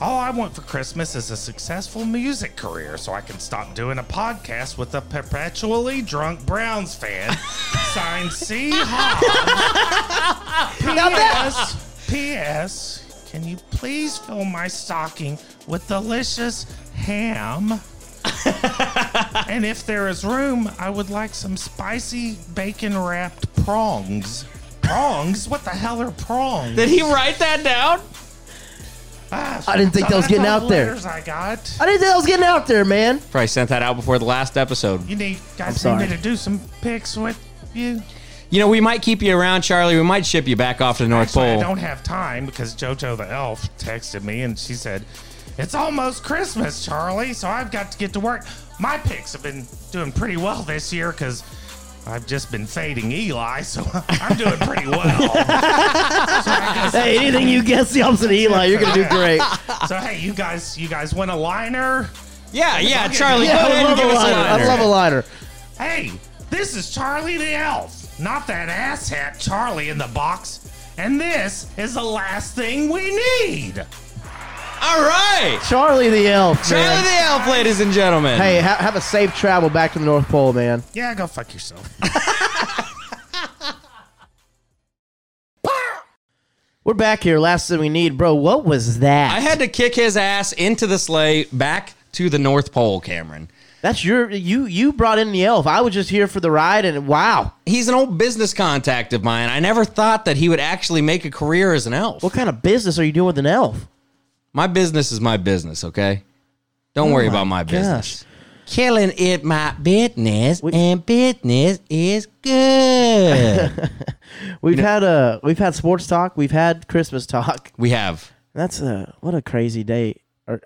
[SPEAKER 13] all I want for Christmas is a successful music career so I can stop doing a podcast with a perpetually drunk Browns fan. Signed C. Hobbs. P.S. P.S. Can you please fill my stocking with delicious ham? and if there is room, I would like some spicy bacon wrapped prongs. Prongs? What the hell are prongs?
[SPEAKER 9] Did he write that down?
[SPEAKER 13] Ah,
[SPEAKER 7] I didn't think that was
[SPEAKER 13] that's
[SPEAKER 7] getting
[SPEAKER 13] all
[SPEAKER 7] out
[SPEAKER 13] the
[SPEAKER 7] there.
[SPEAKER 13] letters I got.
[SPEAKER 7] I didn't think I was getting out there, man.
[SPEAKER 9] Probably sent that out before the last episode.
[SPEAKER 13] You need
[SPEAKER 7] I'm
[SPEAKER 13] guys need
[SPEAKER 7] sorry.
[SPEAKER 13] me to do some pics with you.
[SPEAKER 9] You know, we might keep you around, Charlie. We might ship you back off to the North
[SPEAKER 13] Actually, I
[SPEAKER 9] Pole.
[SPEAKER 13] don't have time because JoJo the elf texted me and she said, "It's almost Christmas, Charlie, so I've got to get to work." My pics have been doing pretty well this year because I've just been fading Eli, so I'm doing pretty well.
[SPEAKER 7] Hey, anything you guess the opposite of Eli, you're gonna do great.
[SPEAKER 13] so hey, you guys, you guys want a liner?
[SPEAKER 9] Yeah, yeah,
[SPEAKER 13] Okay.
[SPEAKER 9] Charlie,
[SPEAKER 7] Yeah,
[SPEAKER 9] go
[SPEAKER 7] I
[SPEAKER 9] ahead and
[SPEAKER 7] love a
[SPEAKER 9] give us
[SPEAKER 7] liner. I
[SPEAKER 9] a
[SPEAKER 7] love
[SPEAKER 9] liner.
[SPEAKER 7] a liner.
[SPEAKER 13] Hey, this is Charlie the Elf, not that asshat Charlie in the box. And this is the last thing we need.
[SPEAKER 9] All right.
[SPEAKER 7] Charlie the elf,
[SPEAKER 9] Charlie
[SPEAKER 7] man.
[SPEAKER 9] the Elf, ladies and gentlemen.
[SPEAKER 7] hey, ha- have a safe travel back to the North Pole, man.
[SPEAKER 13] Yeah, go fuck yourself.
[SPEAKER 7] We're back here. Last thing we need, bro. What was that?
[SPEAKER 9] I had to kick his ass into the sleigh back to the North Pole, Cameron.
[SPEAKER 7] That's your you. You brought in the elf. I was just here for the ride, and wow,
[SPEAKER 9] He's an old business contact of mine. I never thought that he would actually make a career as an elf.
[SPEAKER 7] what kind of business are you doing with an elf?
[SPEAKER 9] My business is my business, okay? Don't worry about my business. Killing it my business, and business is good.
[SPEAKER 7] We've had uh, we've had sports talk. We've had Christmas talk.
[SPEAKER 9] we have.
[SPEAKER 7] That's a what a crazy day. Or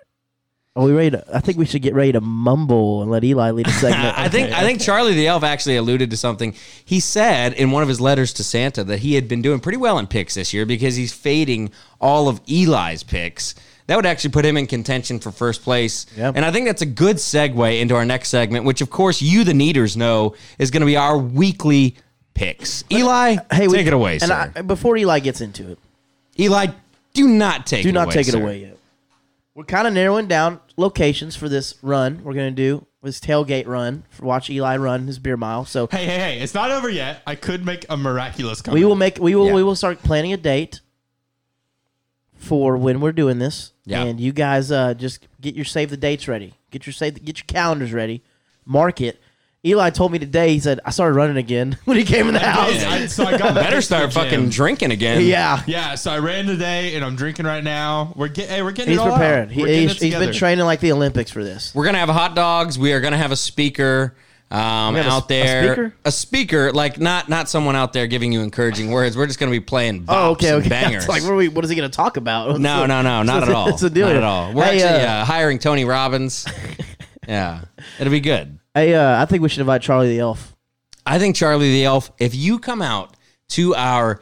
[SPEAKER 7] Are we ready? To, I think we should get ready to mumble and let Eli lead a segment.
[SPEAKER 9] I think I think Charlie the Elf actually alluded to something. He said in one of his letters to Santa that he had been doing pretty well in picks this year because he's fading all of Eli's picks. That would actually put him in contention for first place. And I think that's a good segue into our next segment, which of course you the needers know is going to be our weekly picks.
[SPEAKER 7] uh,
[SPEAKER 9] Eli, hey, take it away,
[SPEAKER 7] and
[SPEAKER 9] sir.
[SPEAKER 7] I, before Eli gets into it,
[SPEAKER 9] Eli, do not take
[SPEAKER 7] do
[SPEAKER 9] it
[SPEAKER 7] not
[SPEAKER 9] away,
[SPEAKER 7] take
[SPEAKER 9] sir.
[SPEAKER 7] it away yet. We're kind of narrowing down locations for this run. We're gonna do this tailgate run. For watch Eli run his beer mile. So
[SPEAKER 8] Hey, hey, hey! It's not over yet. I could make a miraculous comeback.
[SPEAKER 7] we will make we will we will start planning a date for when we're doing this.
[SPEAKER 8] Yeah.
[SPEAKER 7] And you guys uh, just get your save the dates ready. Get your save get your calendars ready. Mark it. Eli told me today. He said I started running again when he came in the house.
[SPEAKER 8] I- so I got back
[SPEAKER 9] Better
[SPEAKER 8] into
[SPEAKER 9] start
[SPEAKER 8] the gym.
[SPEAKER 9] fucking drinking again.
[SPEAKER 7] Yeah.
[SPEAKER 8] yeah. So I ran today, and I'm drinking right now. We're getting, hey, we're getting.
[SPEAKER 7] He's
[SPEAKER 8] it all out.
[SPEAKER 7] prepared. He,
[SPEAKER 8] We're getting
[SPEAKER 7] he's,
[SPEAKER 8] it
[SPEAKER 7] he's been
[SPEAKER 8] together.
[SPEAKER 7] training like the Olympics for this.
[SPEAKER 9] We're gonna have hot dogs. We are gonna have a speaker um,
[SPEAKER 7] We have a-
[SPEAKER 9] out
[SPEAKER 7] a
[SPEAKER 9] there.
[SPEAKER 7] speaker?
[SPEAKER 9] A speaker, like not not someone out there giving you encouraging words. We're just gonna be playing. Bops
[SPEAKER 7] Oh, okay,
[SPEAKER 9] and
[SPEAKER 7] okay.
[SPEAKER 9] Bangers.
[SPEAKER 7] It's like, what, are we, what is he going to talk about?
[SPEAKER 9] no, no, no, not at all.
[SPEAKER 7] It's a deal.
[SPEAKER 9] Not at all. We're
[SPEAKER 7] hey,
[SPEAKER 9] actually
[SPEAKER 7] uh,
[SPEAKER 9] uh, hiring Tony Robbins. yeah, it'll be good.
[SPEAKER 7] hey, uh, I think we should invite Charlie the Elf.
[SPEAKER 9] I think Charlie the Elf. If you come out to our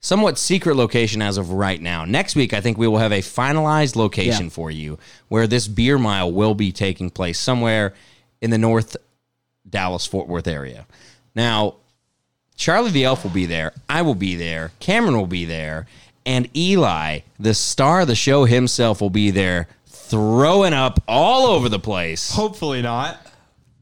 [SPEAKER 9] somewhat secret location as of right now, next week I think we will have a finalized location
[SPEAKER 7] Yeah.
[SPEAKER 9] for you where this beer mile will be taking place somewhere in the North Dallas Fort Worth area. Now, Charlie the Elf will be there. I will be there. Cameron will be there. And Eli, the star of the show himself, will be there throwing up all over the place.
[SPEAKER 8] Hopefully not.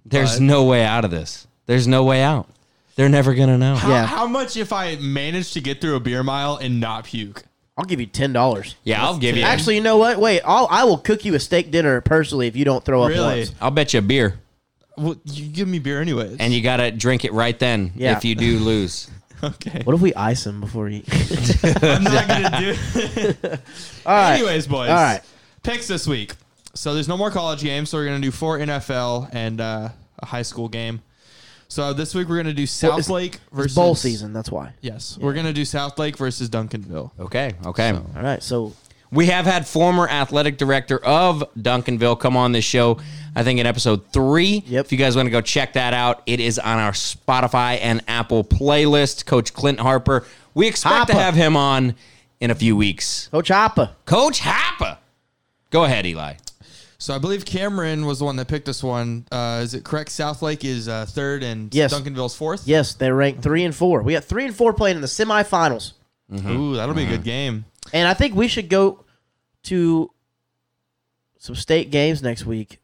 [SPEAKER 9] There's no way out of this. There's no way out. They're never gonna know.
[SPEAKER 8] How, how much if I manage to get through a beer mile and not puke?
[SPEAKER 7] I'll give you ten dollars.
[SPEAKER 9] Yeah, I'll give you.
[SPEAKER 7] Actually, you know what? Wait, I'll, I will cook you a steak dinner personally if you don't throw up
[SPEAKER 8] Really?
[SPEAKER 7] once.
[SPEAKER 9] I'll bet you a beer,
[SPEAKER 8] Well, you give me beer anyways.
[SPEAKER 9] and you gotta drink it right then.
[SPEAKER 7] Yeah.
[SPEAKER 9] If you do lose,
[SPEAKER 8] okay.
[SPEAKER 7] What if we ice him before he?
[SPEAKER 8] I'm not gonna do.
[SPEAKER 7] all right,
[SPEAKER 8] Anyways, boys.
[SPEAKER 7] all right.
[SPEAKER 8] Picks this week. So there's no more college games. So we're gonna do four NFL and uh, a high school game. So this week we're gonna do South
[SPEAKER 7] it's-
[SPEAKER 8] Lake versus
[SPEAKER 7] It's bowl season. That's why.
[SPEAKER 8] Yes, we're gonna do South Lake versus Duncanville.
[SPEAKER 9] okay, okay.
[SPEAKER 7] All right, so
[SPEAKER 9] We have had former athletic director of Duncanville come on this show. I think in episode three.
[SPEAKER 7] Yep.
[SPEAKER 9] If you guys want to go check that out, it is on our Spotify and Apple playlist. Coach Clint Harper. We expect to
[SPEAKER 7] Harper.
[SPEAKER 9] have him on in a few weeks.
[SPEAKER 7] Coach Hoppa.
[SPEAKER 9] Coach Harper. Go ahead, Eli.
[SPEAKER 8] So I believe Cameron was the one that picked this one. Uh, is it correct? South Lake is uh, third and
[SPEAKER 7] Yes.
[SPEAKER 8] Duncanville's fourth.
[SPEAKER 7] Yes, they're ranked three and four. We got three and four playing in the semifinals,
[SPEAKER 8] Ooh, that'll be a good game.
[SPEAKER 7] and I think we should go to some state games next week.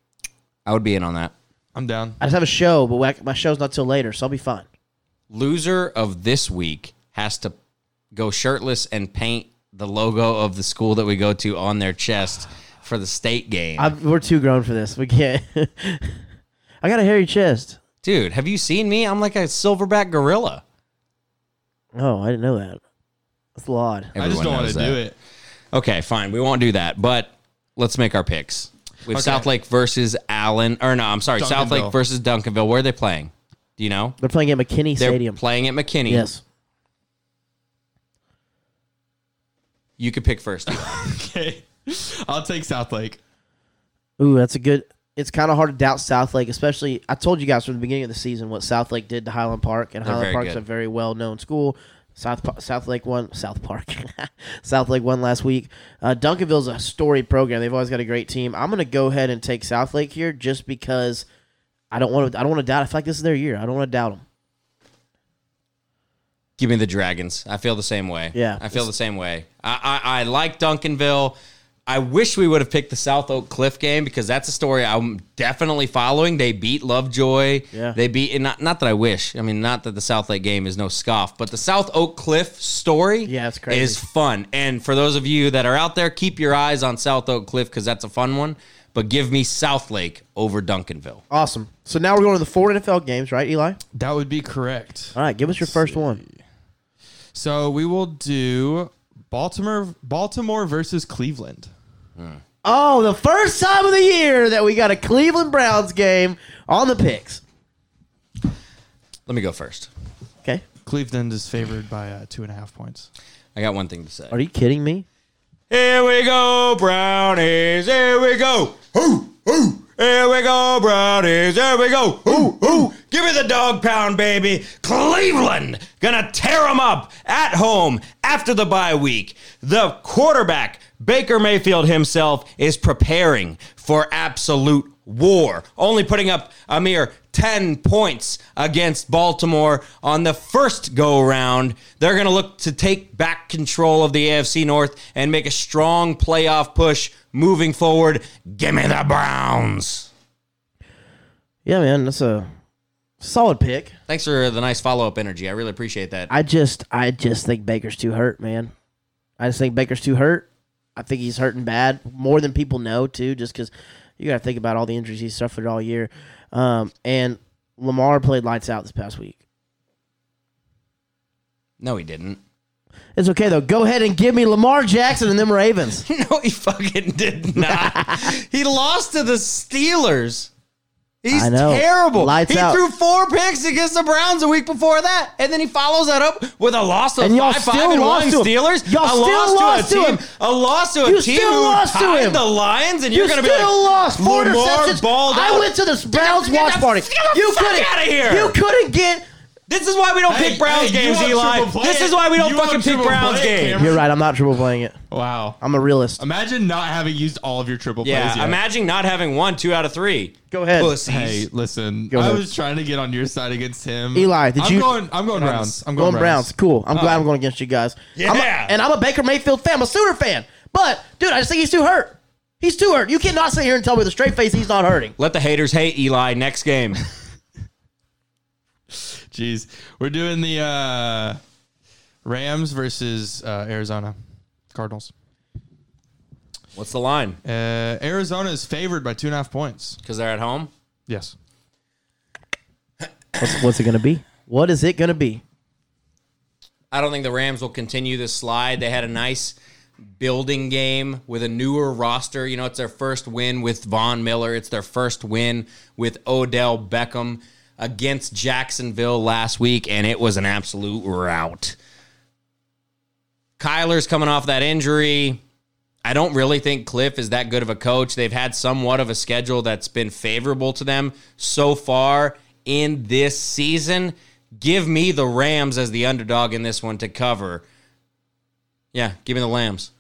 [SPEAKER 9] I would be in on that.
[SPEAKER 8] I'm down.
[SPEAKER 7] I just have a show, but whack- my show's not till later, so I'll be fine.
[SPEAKER 9] loser of this week has to go shirtless and paint the logo of the school that we go to on their chest for the state game.
[SPEAKER 7] I'm, we're too grown for this. We can't. I got a hairy chest.
[SPEAKER 9] Dude, have you seen me? I'm like a silverback gorilla.
[SPEAKER 7] Oh, I didn't know that. That's a lot.
[SPEAKER 9] Everyone
[SPEAKER 8] I just don't want
[SPEAKER 9] knows
[SPEAKER 8] to
[SPEAKER 9] that.
[SPEAKER 8] do it.
[SPEAKER 9] Okay, fine. We won't do that, but let's make our picks. We have
[SPEAKER 8] Okay.
[SPEAKER 9] South Lake versus Allen, or no, I'm sorry, South Lake
[SPEAKER 8] Duncanville.
[SPEAKER 9] versus Duncanville. Where are they playing? Do you know?
[SPEAKER 7] They're playing at McKinney
[SPEAKER 9] They're
[SPEAKER 7] Stadium.
[SPEAKER 9] playing at McKinney.
[SPEAKER 7] Yes.
[SPEAKER 9] You could pick first.
[SPEAKER 8] Okay, I'll take South Lake.
[SPEAKER 7] Ooh, that's a good. It's kind of hard to doubt Southlake, especially. I told you guys from the beginning of the season what Southlake did to Highland Park, and
[SPEAKER 9] They're
[SPEAKER 7] Highland
[SPEAKER 9] very
[SPEAKER 7] Park's
[SPEAKER 9] good.
[SPEAKER 7] a very well-known school. South Pa- Southlake won. South Park, Southlake won last week. Uh, Duncanville's a storied program. They've always got a great team. I'm gonna go ahead and take Southlake here, just because I don't want to. I don't want to doubt. I feel like this is their year. I don't want to doubt them.
[SPEAKER 9] Give me the Dragons. I feel the same way.
[SPEAKER 7] Yeah.
[SPEAKER 9] I feel the same way. I, I, I like Duncanville. I wish we would have picked the South Oak Cliff game because that's a story I'm definitely following. They beat Lovejoy.
[SPEAKER 7] Yeah.
[SPEAKER 9] They beat, and not, not that I wish. I mean, not that the South Lake game is no scoff, but the South Oak Cliff story
[SPEAKER 7] Yeah, it's crazy.
[SPEAKER 9] is fun. And for those of you that are out there, keep your eyes on South Oak Cliff because that's a fun one. But give me South Lake over Duncanville.
[SPEAKER 7] Awesome. So now we're going to the four NFL games, right, Eli?
[SPEAKER 8] That would be correct.
[SPEAKER 7] All right, give us your first one.
[SPEAKER 8] So we will do Baltimore, Baltimore versus Cleveland.
[SPEAKER 7] Oh, the first time of the year that we got a Cleveland Browns game on the picks.
[SPEAKER 9] Let me go first.
[SPEAKER 7] Okay.
[SPEAKER 8] Cleveland is favored by uh, two and a half points.
[SPEAKER 9] I got one thing to say.
[SPEAKER 7] Are you kidding me?
[SPEAKER 9] Here we go, brownies. Here we go. Hoo, hoo. Here we go, brownies. Here we go. Hoo, hoo. Give me the dog pound, baby. Cleveland gonna tear them up at home after the bye week. The quarterback, Baker Mayfield himself, is preparing for absolute war, only putting up a mere 10 points against Baltimore on the first go round. They're going to look to take back control of the AFC North and make a strong playoff push moving forward. Give me the Browns.
[SPEAKER 7] Yeah, man, that's a solid pick.
[SPEAKER 9] Thanks for the nice follow up energy. I really appreciate that.
[SPEAKER 7] I just, I just think Baker's too hurt, man. I just think Baker's too hurt. I think he's hurting bad, more than people know too, just because you got to think about all the injuries he's suffered all year. Um, and Lamar played lights out this past week.
[SPEAKER 9] No, he didn't.
[SPEAKER 7] It's okay though. Go ahead and give me Lamar Jackson and them Ravens.
[SPEAKER 9] no, he fucking did not. he lost to the Steelers. He's
[SPEAKER 7] I know.
[SPEAKER 9] terrible.
[SPEAKER 7] Lights
[SPEAKER 9] he
[SPEAKER 7] out.
[SPEAKER 9] threw four picks against the Browns a week before that, and then he follows that up with a loss to
[SPEAKER 7] And
[SPEAKER 9] the
[SPEAKER 7] y'all
[SPEAKER 9] five, five
[SPEAKER 7] still
[SPEAKER 9] and
[SPEAKER 7] lost
[SPEAKER 9] one
[SPEAKER 7] to him.
[SPEAKER 9] Steelers.
[SPEAKER 7] Y'all
[SPEAKER 9] a loss
[SPEAKER 7] still lost
[SPEAKER 9] to
[SPEAKER 7] to
[SPEAKER 9] a
[SPEAKER 7] him.
[SPEAKER 9] team. A loss to a
[SPEAKER 7] You
[SPEAKER 9] team
[SPEAKER 7] still
[SPEAKER 9] who
[SPEAKER 7] lost to
[SPEAKER 9] tied
[SPEAKER 7] him.
[SPEAKER 9] the Lions, and
[SPEAKER 7] You
[SPEAKER 9] are gonna be
[SPEAKER 7] still
[SPEAKER 9] like,
[SPEAKER 7] lost four
[SPEAKER 9] Lamar
[SPEAKER 7] interceptions.
[SPEAKER 9] balled
[SPEAKER 7] I
[SPEAKER 9] out.
[SPEAKER 7] went to this Browns
[SPEAKER 9] Get the
[SPEAKER 7] watch party.
[SPEAKER 9] fuck
[SPEAKER 7] You couldn't
[SPEAKER 9] outta here.
[SPEAKER 7] You couldn't get.
[SPEAKER 9] This is why we don't
[SPEAKER 8] Hey,
[SPEAKER 9] pick Browns
[SPEAKER 8] hey, you
[SPEAKER 9] games,
[SPEAKER 8] want
[SPEAKER 9] Eli.
[SPEAKER 8] triple play
[SPEAKER 9] This
[SPEAKER 8] it.
[SPEAKER 9] is why we don't
[SPEAKER 8] You want
[SPEAKER 9] fucking pick
[SPEAKER 8] triple
[SPEAKER 9] Browns
[SPEAKER 8] play it,
[SPEAKER 9] games.
[SPEAKER 8] Cameron.
[SPEAKER 7] You're right. I'm not triple playing it.
[SPEAKER 8] Wow.
[SPEAKER 7] I'm a realist.
[SPEAKER 8] Imagine not having used all of your triple plays.
[SPEAKER 9] Yeah,
[SPEAKER 8] yet.
[SPEAKER 9] imagine not having one, two out of three.
[SPEAKER 7] Go ahead.
[SPEAKER 9] Pussies.
[SPEAKER 8] Hey, listen.
[SPEAKER 7] Go
[SPEAKER 8] I
[SPEAKER 7] ahead.
[SPEAKER 8] was trying to get on your side against him.
[SPEAKER 7] Eli, did
[SPEAKER 8] I'm
[SPEAKER 7] you-
[SPEAKER 8] Going, I'm going Browns. I'm
[SPEAKER 7] going Browns. Cool. I'm
[SPEAKER 8] Oh.
[SPEAKER 7] glad I'm going against you guys. I'm a,
[SPEAKER 9] Yeah.
[SPEAKER 7] and I'm a Baker Mayfield fan. I'm a Sooner fan. But dude, I just think he's too hurt. He's too hurt. You cannot sit here and tell me with a straight face he's not hurting.
[SPEAKER 9] Let the haters hate Eli. Next game.
[SPEAKER 8] Jeez, we're doing the uh, Rams versus uh, Arizona Cardinals.
[SPEAKER 9] What's the line?
[SPEAKER 8] Uh, Arizona is favored by two and a half points.
[SPEAKER 9] Because they're at home.
[SPEAKER 8] Yes.
[SPEAKER 7] What's, what's it gonna be? What is it gonna be?
[SPEAKER 9] I don't think the Rams will continue this slide. They had a nice building game with a newer roster. You know, it's their first win with Von Miller. It's their first win with Odell Beckham against Jacksonville last week, and it was an absolute rout. Kyler's coming off that injury. I don't really think Cliff is that good of a coach. They've had somewhat of a schedule that's been favorable to them so far in this season. Give me the Rams as the underdog in this one to cover. Yeah, give me the Lambs.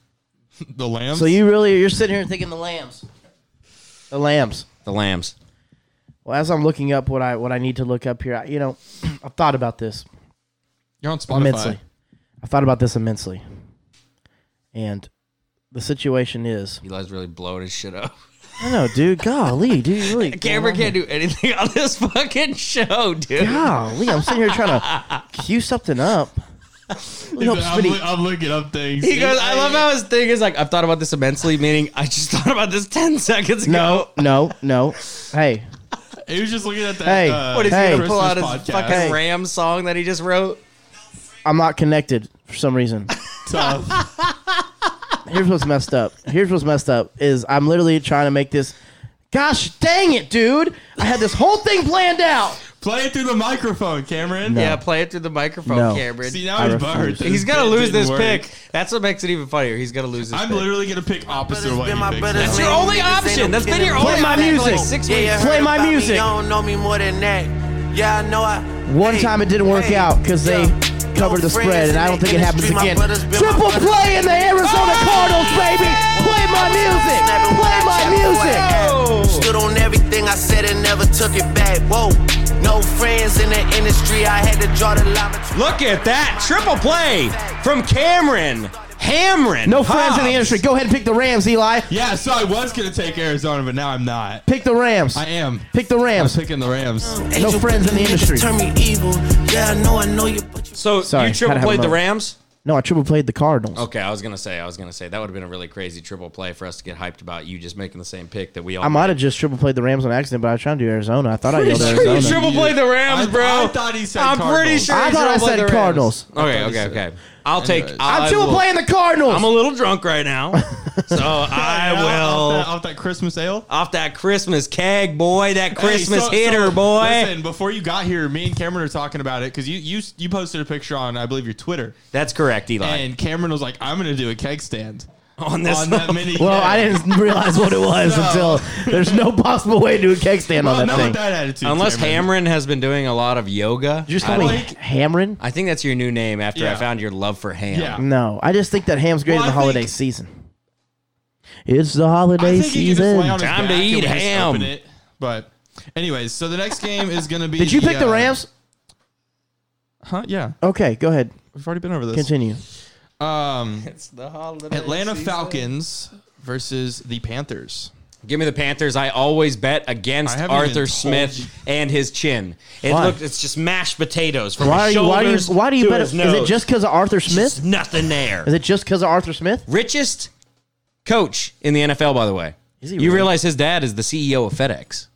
[SPEAKER 8] The Lambs.
[SPEAKER 7] So you really you're sitting here and thinking the lambs. The lambs.
[SPEAKER 9] The Lambs.
[SPEAKER 7] Well, as I'm looking up what I what I need to look up here, I, you know, I've thought about this
[SPEAKER 8] You're on Spotify.
[SPEAKER 7] immensely. I've thought about this immensely, and the situation is,
[SPEAKER 9] Eli's really blowing his shit up.
[SPEAKER 7] I don't know, dude. golly, dude, you really.
[SPEAKER 9] Cameron can't do anything on this fucking show, dude.
[SPEAKER 7] Golly, I'm sitting here trying to cue something up. Look how
[SPEAKER 8] I'm,
[SPEAKER 7] spitty-
[SPEAKER 8] loo- I'm looking up things.
[SPEAKER 9] He goes, I love how his thing is like, I've thought about this immensely, meaning I just thought about this 10 seconds ago.
[SPEAKER 7] No, no, no. Hey,
[SPEAKER 8] He was just looking at that.
[SPEAKER 7] Hey,
[SPEAKER 8] uh,
[SPEAKER 9] What is
[SPEAKER 7] Hey.
[SPEAKER 9] he gonna pull out his
[SPEAKER 8] Christmas podcast.
[SPEAKER 9] fucking
[SPEAKER 7] Hey.
[SPEAKER 9] Ram song that he just wrote?
[SPEAKER 7] I'm not connected for some reason.
[SPEAKER 8] Tough.
[SPEAKER 7] Here's what's messed up. Here's what's messed up is I'm literally trying to make this. Gosh dang it, dude! I had this whole thing planned out.
[SPEAKER 8] Play it through the microphone, Cameron.
[SPEAKER 9] Yeah, play it through the microphone,
[SPEAKER 7] No.
[SPEAKER 9] Cameron.
[SPEAKER 8] See now
[SPEAKER 7] I
[SPEAKER 8] he's
[SPEAKER 7] refuse.
[SPEAKER 8] butthurt. that
[SPEAKER 9] He's
[SPEAKER 8] his
[SPEAKER 9] gonna
[SPEAKER 8] bid
[SPEAKER 9] lose
[SPEAKER 8] didn't
[SPEAKER 9] this
[SPEAKER 8] work.
[SPEAKER 9] pick. That's what makes it even funnier. He's gonna lose this.
[SPEAKER 8] I'm
[SPEAKER 9] pick.
[SPEAKER 8] literally gonna pick opposite of what you picked.
[SPEAKER 9] That's your only option. That's been your only
[SPEAKER 7] Play my
[SPEAKER 9] option for like
[SPEAKER 7] music.
[SPEAKER 9] six
[SPEAKER 7] Yeah,
[SPEAKER 9] weeks.
[SPEAKER 7] yeah. Play my music.
[SPEAKER 14] don't know me more than that. Yeah, I know I.
[SPEAKER 7] One time it didn't work out because they covered the spread, and I don't think it happens again. Triple play in the Arizona Cardinals, baby! Play my music! Play my music!
[SPEAKER 14] Stood on everything I said and never took it back. Whoa. No friends in the industry. I had to draw the line. between-
[SPEAKER 9] Look at that triple play from Cameron Hamron.
[SPEAKER 7] No friends in the industry. Go ahead and pick the Rams, Eli.
[SPEAKER 8] Yeah, so I was gonna take Arizona, but now I'm not.
[SPEAKER 7] Pick the Rams.
[SPEAKER 8] I am.
[SPEAKER 7] Pick the
[SPEAKER 8] I'm
[SPEAKER 7] Rams.
[SPEAKER 8] picking the
[SPEAKER 9] Oh.
[SPEAKER 8] Rams.
[SPEAKER 7] No friends in the industry.
[SPEAKER 14] Turn me evil. Yeah, I know I know you, but you.
[SPEAKER 9] So
[SPEAKER 7] Sorry,
[SPEAKER 9] you triple
[SPEAKER 7] had to have
[SPEAKER 9] played
[SPEAKER 7] a
[SPEAKER 9] the
[SPEAKER 7] moment.
[SPEAKER 9] Rams.
[SPEAKER 7] No, I triple played the Cardinals.
[SPEAKER 9] Okay, I was gonna say, I was gonna say that would have been a really crazy triple play for us to get hyped about you just making the same pick that we all.
[SPEAKER 7] I might have just triple played the Rams on accident, but I was trying to do Arizona. I thought I yelled
[SPEAKER 9] Pretty sure you
[SPEAKER 7] Arizona.
[SPEAKER 9] triple played the Rams,
[SPEAKER 8] I-
[SPEAKER 9] bro.
[SPEAKER 8] I thought he said
[SPEAKER 9] I'm pretty
[SPEAKER 8] Cardinals.
[SPEAKER 9] sure.
[SPEAKER 7] I
[SPEAKER 9] he
[SPEAKER 7] thought I
[SPEAKER 9] triple played
[SPEAKER 7] said
[SPEAKER 9] the Rams.
[SPEAKER 7] Cardinals.
[SPEAKER 9] Okay,
[SPEAKER 8] thought he
[SPEAKER 9] okay,
[SPEAKER 8] said-
[SPEAKER 9] okay. I'll take.
[SPEAKER 8] Anyways.
[SPEAKER 9] I'll
[SPEAKER 7] I'm triple
[SPEAKER 9] will-
[SPEAKER 7] playing the Cardinals.
[SPEAKER 9] I'm a little drunk right now, so I
[SPEAKER 8] Yeah, Off that,
[SPEAKER 9] will
[SPEAKER 8] off that Christmas ale.
[SPEAKER 9] off that Christmas keg, boy. That Christmas
[SPEAKER 8] Hey, so-
[SPEAKER 9] hitter,
[SPEAKER 8] so,
[SPEAKER 9] boy.
[SPEAKER 8] Listen, before you got here, me and Cameron were talking about it because you, you you posted a picture on I believe your Twitter,
[SPEAKER 9] That's correct, Eli.
[SPEAKER 8] and Cameron was like, "I'm gonna do a keg stand."
[SPEAKER 9] on this
[SPEAKER 8] On that
[SPEAKER 9] song.
[SPEAKER 8] mini
[SPEAKER 7] Well, I didn't realize what it was until there's no possible way to do a keg stand on that thing.
[SPEAKER 9] Unless Hamrin has been doing a lot of yoga.
[SPEAKER 7] you just call me Hamrin?
[SPEAKER 9] I think that's your new name after I
[SPEAKER 7] Yeah.
[SPEAKER 9] found your love for ham.
[SPEAKER 7] No, I just think that ham's great in the holiday season. It's the holiday season.
[SPEAKER 9] Time to eat ham.
[SPEAKER 8] It. But, anyways, so the next game is going to be.
[SPEAKER 7] Did you pick the
[SPEAKER 8] uh,
[SPEAKER 7] Rams?
[SPEAKER 8] Huh? Yeah.
[SPEAKER 7] Okay, go ahead.
[SPEAKER 8] We've already been over this.
[SPEAKER 7] Continue.
[SPEAKER 8] Um,
[SPEAKER 9] it's the holiday.
[SPEAKER 8] Atlanta Falcons versus the Panthers.
[SPEAKER 9] Give me the Panthers. I always bet against
[SPEAKER 8] I haven't even
[SPEAKER 9] Arthur
[SPEAKER 8] told
[SPEAKER 9] Smith and his chin. It
[SPEAKER 7] Why?
[SPEAKER 9] looked it's just mashed potatoes from
[SPEAKER 7] Why,
[SPEAKER 9] his
[SPEAKER 7] are you, why do you
[SPEAKER 9] shoulders
[SPEAKER 7] why do you
[SPEAKER 9] to
[SPEAKER 7] bet?
[SPEAKER 9] his
[SPEAKER 7] Is it
[SPEAKER 9] nose.
[SPEAKER 7] just because of Arthur Smith?
[SPEAKER 9] Just nothing there?
[SPEAKER 7] Is it just because of Arthur Smith?
[SPEAKER 9] Richest coach in the NFL, by the way.
[SPEAKER 7] Is he
[SPEAKER 9] You
[SPEAKER 7] really?
[SPEAKER 9] realize his dad is the CEO of FedEx.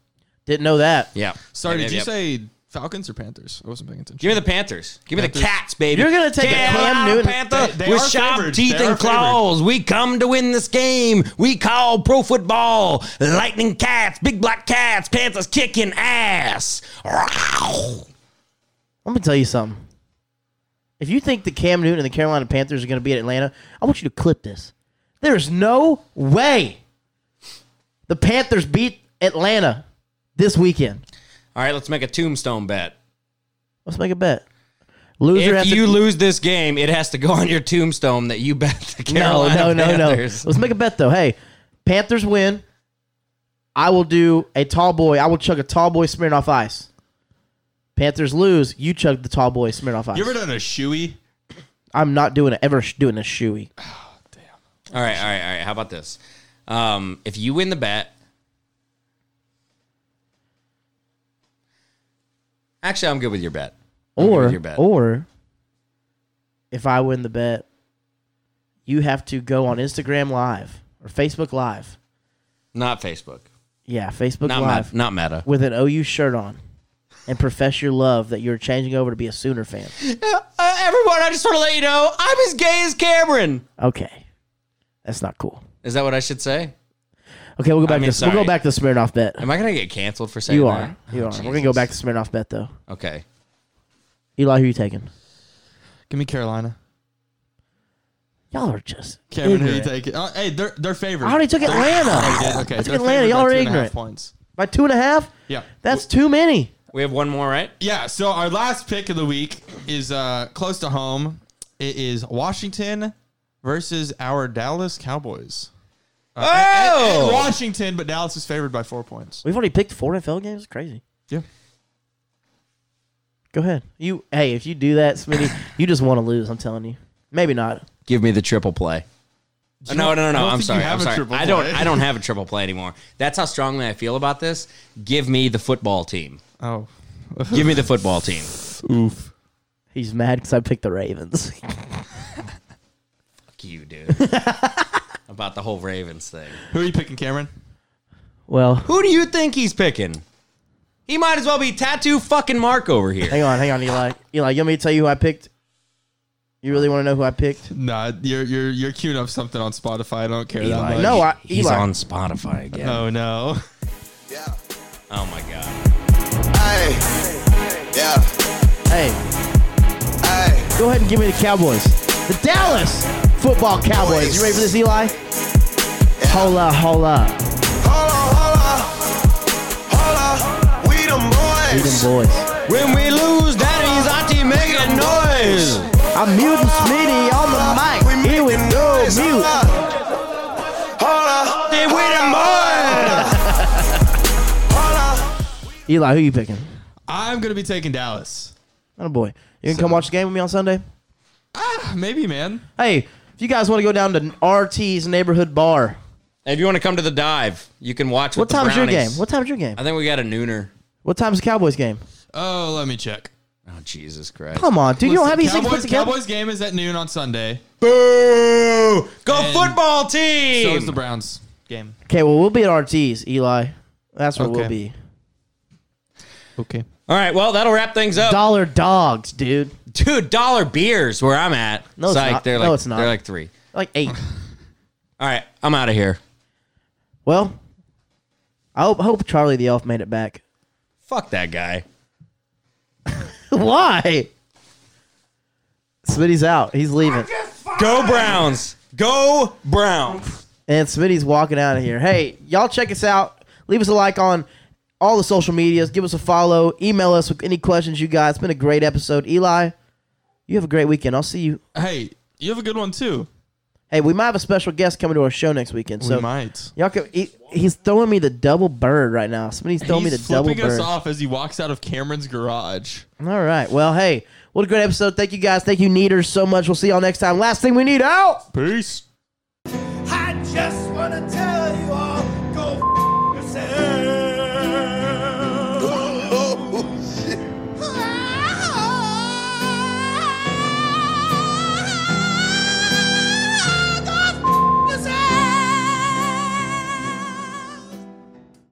[SPEAKER 7] Didn't know that.
[SPEAKER 9] Yeah.
[SPEAKER 8] Sorry, did you
[SPEAKER 9] Yep.
[SPEAKER 8] say Falcons or Panthers? I wasn't paying attention.
[SPEAKER 9] Give me the Panthers. Give me
[SPEAKER 8] Panthers.
[SPEAKER 9] the Cats, baby.
[SPEAKER 8] You're gonna take a
[SPEAKER 9] Get
[SPEAKER 8] Cam
[SPEAKER 9] out,
[SPEAKER 8] Newton.
[SPEAKER 9] Panther.
[SPEAKER 8] They- they
[SPEAKER 9] With
[SPEAKER 8] are
[SPEAKER 9] sharp
[SPEAKER 8] favored.
[SPEAKER 9] teeth
[SPEAKER 8] They are
[SPEAKER 9] and claws, we come to win this game. We call pro football lightning cats, big black cats, Panthers kicking ass. Row.
[SPEAKER 7] I'm gonna tell you something. If you think that Cam Newton and the Carolina Panthers are gonna be at Atlanta, I want you to clip this. There's no way the Panthers beat Atlanta this weekend.
[SPEAKER 9] All right, let's make a tombstone bet.
[SPEAKER 7] Let's make a bet. Loser
[SPEAKER 9] if
[SPEAKER 7] has to
[SPEAKER 9] you lose this game, it has to go on your tombstone that you bet the Carolina
[SPEAKER 7] no, no, no,
[SPEAKER 9] Panthers.
[SPEAKER 7] no. Let's make a bet though. Hey, Panthers win. I will do a tall boy. I will chug a tall boy Smirnoff Ice. Panthers lose. You chug the tall boy Smirnoff Ice.
[SPEAKER 8] You ever done a shoey?
[SPEAKER 7] I'm not doing it. Ever sh- doing a shoey.
[SPEAKER 9] All right, all right, all right. How about this? Um, if you win the bet, actually, I'm good with your bet. I'm good with
[SPEAKER 7] Or
[SPEAKER 9] your bet.
[SPEAKER 7] or if I win the bet, you have to go on Instagram Live or Facebook Live.
[SPEAKER 9] not Facebook.
[SPEAKER 7] Yeah, Facebook
[SPEAKER 9] Not
[SPEAKER 7] Live.
[SPEAKER 9] Meta- not Meta.
[SPEAKER 7] With an OU shirt on, and profess your love that you're changing over to be a Sooner fan.
[SPEAKER 9] Uh, everyone, I just want to let you know I'm as gay as Cameron.
[SPEAKER 7] Okay, that's not cool.
[SPEAKER 9] Is that what I should say?
[SPEAKER 7] Okay, we'll go
[SPEAKER 9] I
[SPEAKER 7] back
[SPEAKER 9] mean,
[SPEAKER 7] to this. We'll go
[SPEAKER 9] sorry.
[SPEAKER 7] back to the Smirnoff bet.
[SPEAKER 9] Am I gonna get canceled for saying
[SPEAKER 7] You
[SPEAKER 9] that?
[SPEAKER 7] are. You
[SPEAKER 9] Oh,
[SPEAKER 7] are. We're gonna go
[SPEAKER 9] Jesus.
[SPEAKER 7] back to Smirnoff bet though.
[SPEAKER 9] Okay.
[SPEAKER 7] Eli, who you taking?
[SPEAKER 8] Give me Carolina.
[SPEAKER 7] Y'all are just
[SPEAKER 8] Cameron, who you
[SPEAKER 7] ignorant.
[SPEAKER 8] taking? Oh, hey, they're they're favored.
[SPEAKER 7] I already took
[SPEAKER 8] They're-
[SPEAKER 7] Atlanta.
[SPEAKER 8] Oh, you did? Okay,
[SPEAKER 7] I took
[SPEAKER 8] they're
[SPEAKER 7] Atlanta.
[SPEAKER 8] favored
[SPEAKER 7] Y'all
[SPEAKER 8] by
[SPEAKER 7] are
[SPEAKER 8] two and a half
[SPEAKER 7] ignorant.
[SPEAKER 8] points.
[SPEAKER 7] By two and a half?
[SPEAKER 8] Yeah.
[SPEAKER 7] That's too many.
[SPEAKER 9] We have one more, right?
[SPEAKER 8] Yeah, so our last pick of the week is uh close to home. It is Washington versus our Dallas Cowboys. Uh, at- at- at
[SPEAKER 9] Oh!
[SPEAKER 8] Washington, but Dallas is favored by four points.
[SPEAKER 7] We've already picked four NFL games. It's crazy.
[SPEAKER 8] Yeah.
[SPEAKER 7] Go ahead. You hey, if you do that, Smitty, you just want to lose. I'm telling you. Maybe not.
[SPEAKER 9] Give me the triple play.
[SPEAKER 7] You
[SPEAKER 9] no,
[SPEAKER 7] don't-
[SPEAKER 9] no, no,
[SPEAKER 7] I
[SPEAKER 9] no.
[SPEAKER 7] don't
[SPEAKER 9] I'm
[SPEAKER 7] think you
[SPEAKER 9] sorry.
[SPEAKER 7] have
[SPEAKER 9] I'm
[SPEAKER 7] a
[SPEAKER 9] sorry.
[SPEAKER 7] triple
[SPEAKER 9] I don't.
[SPEAKER 7] play.
[SPEAKER 9] I don't have a triple play anymore. That's how strongly I feel about this. Give me the football team.
[SPEAKER 8] Oh.
[SPEAKER 9] Give me the football team.
[SPEAKER 8] Oof.
[SPEAKER 7] He's mad because I picked the Ravens.
[SPEAKER 9] Fuck you, dude. about the whole Ravens thing.
[SPEAKER 8] Who are you picking, Cameron?
[SPEAKER 7] well,
[SPEAKER 9] Who do you think he's picking? He might as well be tattoo fucking Mark over here.
[SPEAKER 7] hang on, hang on, Eli. Eli, you want me to tell you who I picked? You really want to know who I picked?
[SPEAKER 8] Nah, you're you're you're queuing up something on Spotify. I don't care that much.
[SPEAKER 7] no, I, Eli.
[SPEAKER 9] Spotify again.
[SPEAKER 8] Oh no.
[SPEAKER 9] Oh my god.
[SPEAKER 15] Yeah.
[SPEAKER 7] Hey. Go ahead and give me the Cowboys. The Dallas football Cowboys. You ready for this, Eli? Hola, hola.
[SPEAKER 15] We them boys.
[SPEAKER 7] We them boys.
[SPEAKER 9] When we lose, daddy's auntie making noise.
[SPEAKER 7] I'm muting Smitty on the mic. Here we go, mute.
[SPEAKER 9] They we them boys.
[SPEAKER 7] Eli, who you picking?
[SPEAKER 8] I'm gonna be taking Dallas.
[SPEAKER 7] Oh boy, you can come watch the game with me on Sunday.
[SPEAKER 8] Maybe, man.
[SPEAKER 7] Hey, if you guys want to go down to RT's neighborhood bar,
[SPEAKER 9] If you want to come to the dive, you can watch.
[SPEAKER 7] what
[SPEAKER 9] with the
[SPEAKER 7] time's your game?
[SPEAKER 9] Brownies.
[SPEAKER 7] What time's your game?
[SPEAKER 9] I think we got a nooner.
[SPEAKER 7] What time's the Cowboys game?
[SPEAKER 8] Oh, let me check.
[SPEAKER 9] Oh Jesus Christ!
[SPEAKER 7] Come on, dude, you don't have these things put
[SPEAKER 8] Cowboys,
[SPEAKER 7] together.
[SPEAKER 8] Cowboys game is at noon on Sunday.
[SPEAKER 9] Boo! Go
[SPEAKER 8] And
[SPEAKER 9] football team!
[SPEAKER 8] So is the Browns game.
[SPEAKER 7] Okay, well we'll be at RT's, Eli. That's where we'll
[SPEAKER 8] Okay.
[SPEAKER 7] be.
[SPEAKER 8] Okay.
[SPEAKER 9] All right, well that'll wrap things up.
[SPEAKER 7] Dollar dogs, dude.
[SPEAKER 9] Dude, dollar beers where I'm at.
[SPEAKER 7] No, it's
[SPEAKER 9] like,
[SPEAKER 7] not.
[SPEAKER 9] They're like,
[SPEAKER 7] No, it's not.
[SPEAKER 9] They're like three.
[SPEAKER 7] Like eight.
[SPEAKER 9] All right, I'm out of here.
[SPEAKER 7] Well, I hope, hope Charlie the Elf made it back.
[SPEAKER 9] Fuck that guy.
[SPEAKER 7] Why? Smitty's out. He's leaving.
[SPEAKER 9] Go Browns. Go Brown.
[SPEAKER 7] And Smitty's walking out of here. Hey, y'all check us out. Leave us a like on all the social medias. Give us a follow. Email us with any questions you got. It's been a great episode. Eli, you have a great weekend. I'll see you.
[SPEAKER 8] Hey, you have a good one too.
[SPEAKER 7] Hey, we might have a special guest coming to our show next weekend.
[SPEAKER 8] We
[SPEAKER 7] So
[SPEAKER 8] might.
[SPEAKER 7] Y'all can, he, he's throwing me the double bird right now. Smitty's throwing
[SPEAKER 8] He's
[SPEAKER 7] me the double
[SPEAKER 8] flipping us
[SPEAKER 7] bird. All
[SPEAKER 8] off as he walks out of Cameron's garage.
[SPEAKER 7] right. Well, hey, what a great episode. Thank you guys. Thank you, Neaters, so much. We'll see y'all next time. Last thing we need out.
[SPEAKER 8] Peace.
[SPEAKER 11] I just want to tell you all.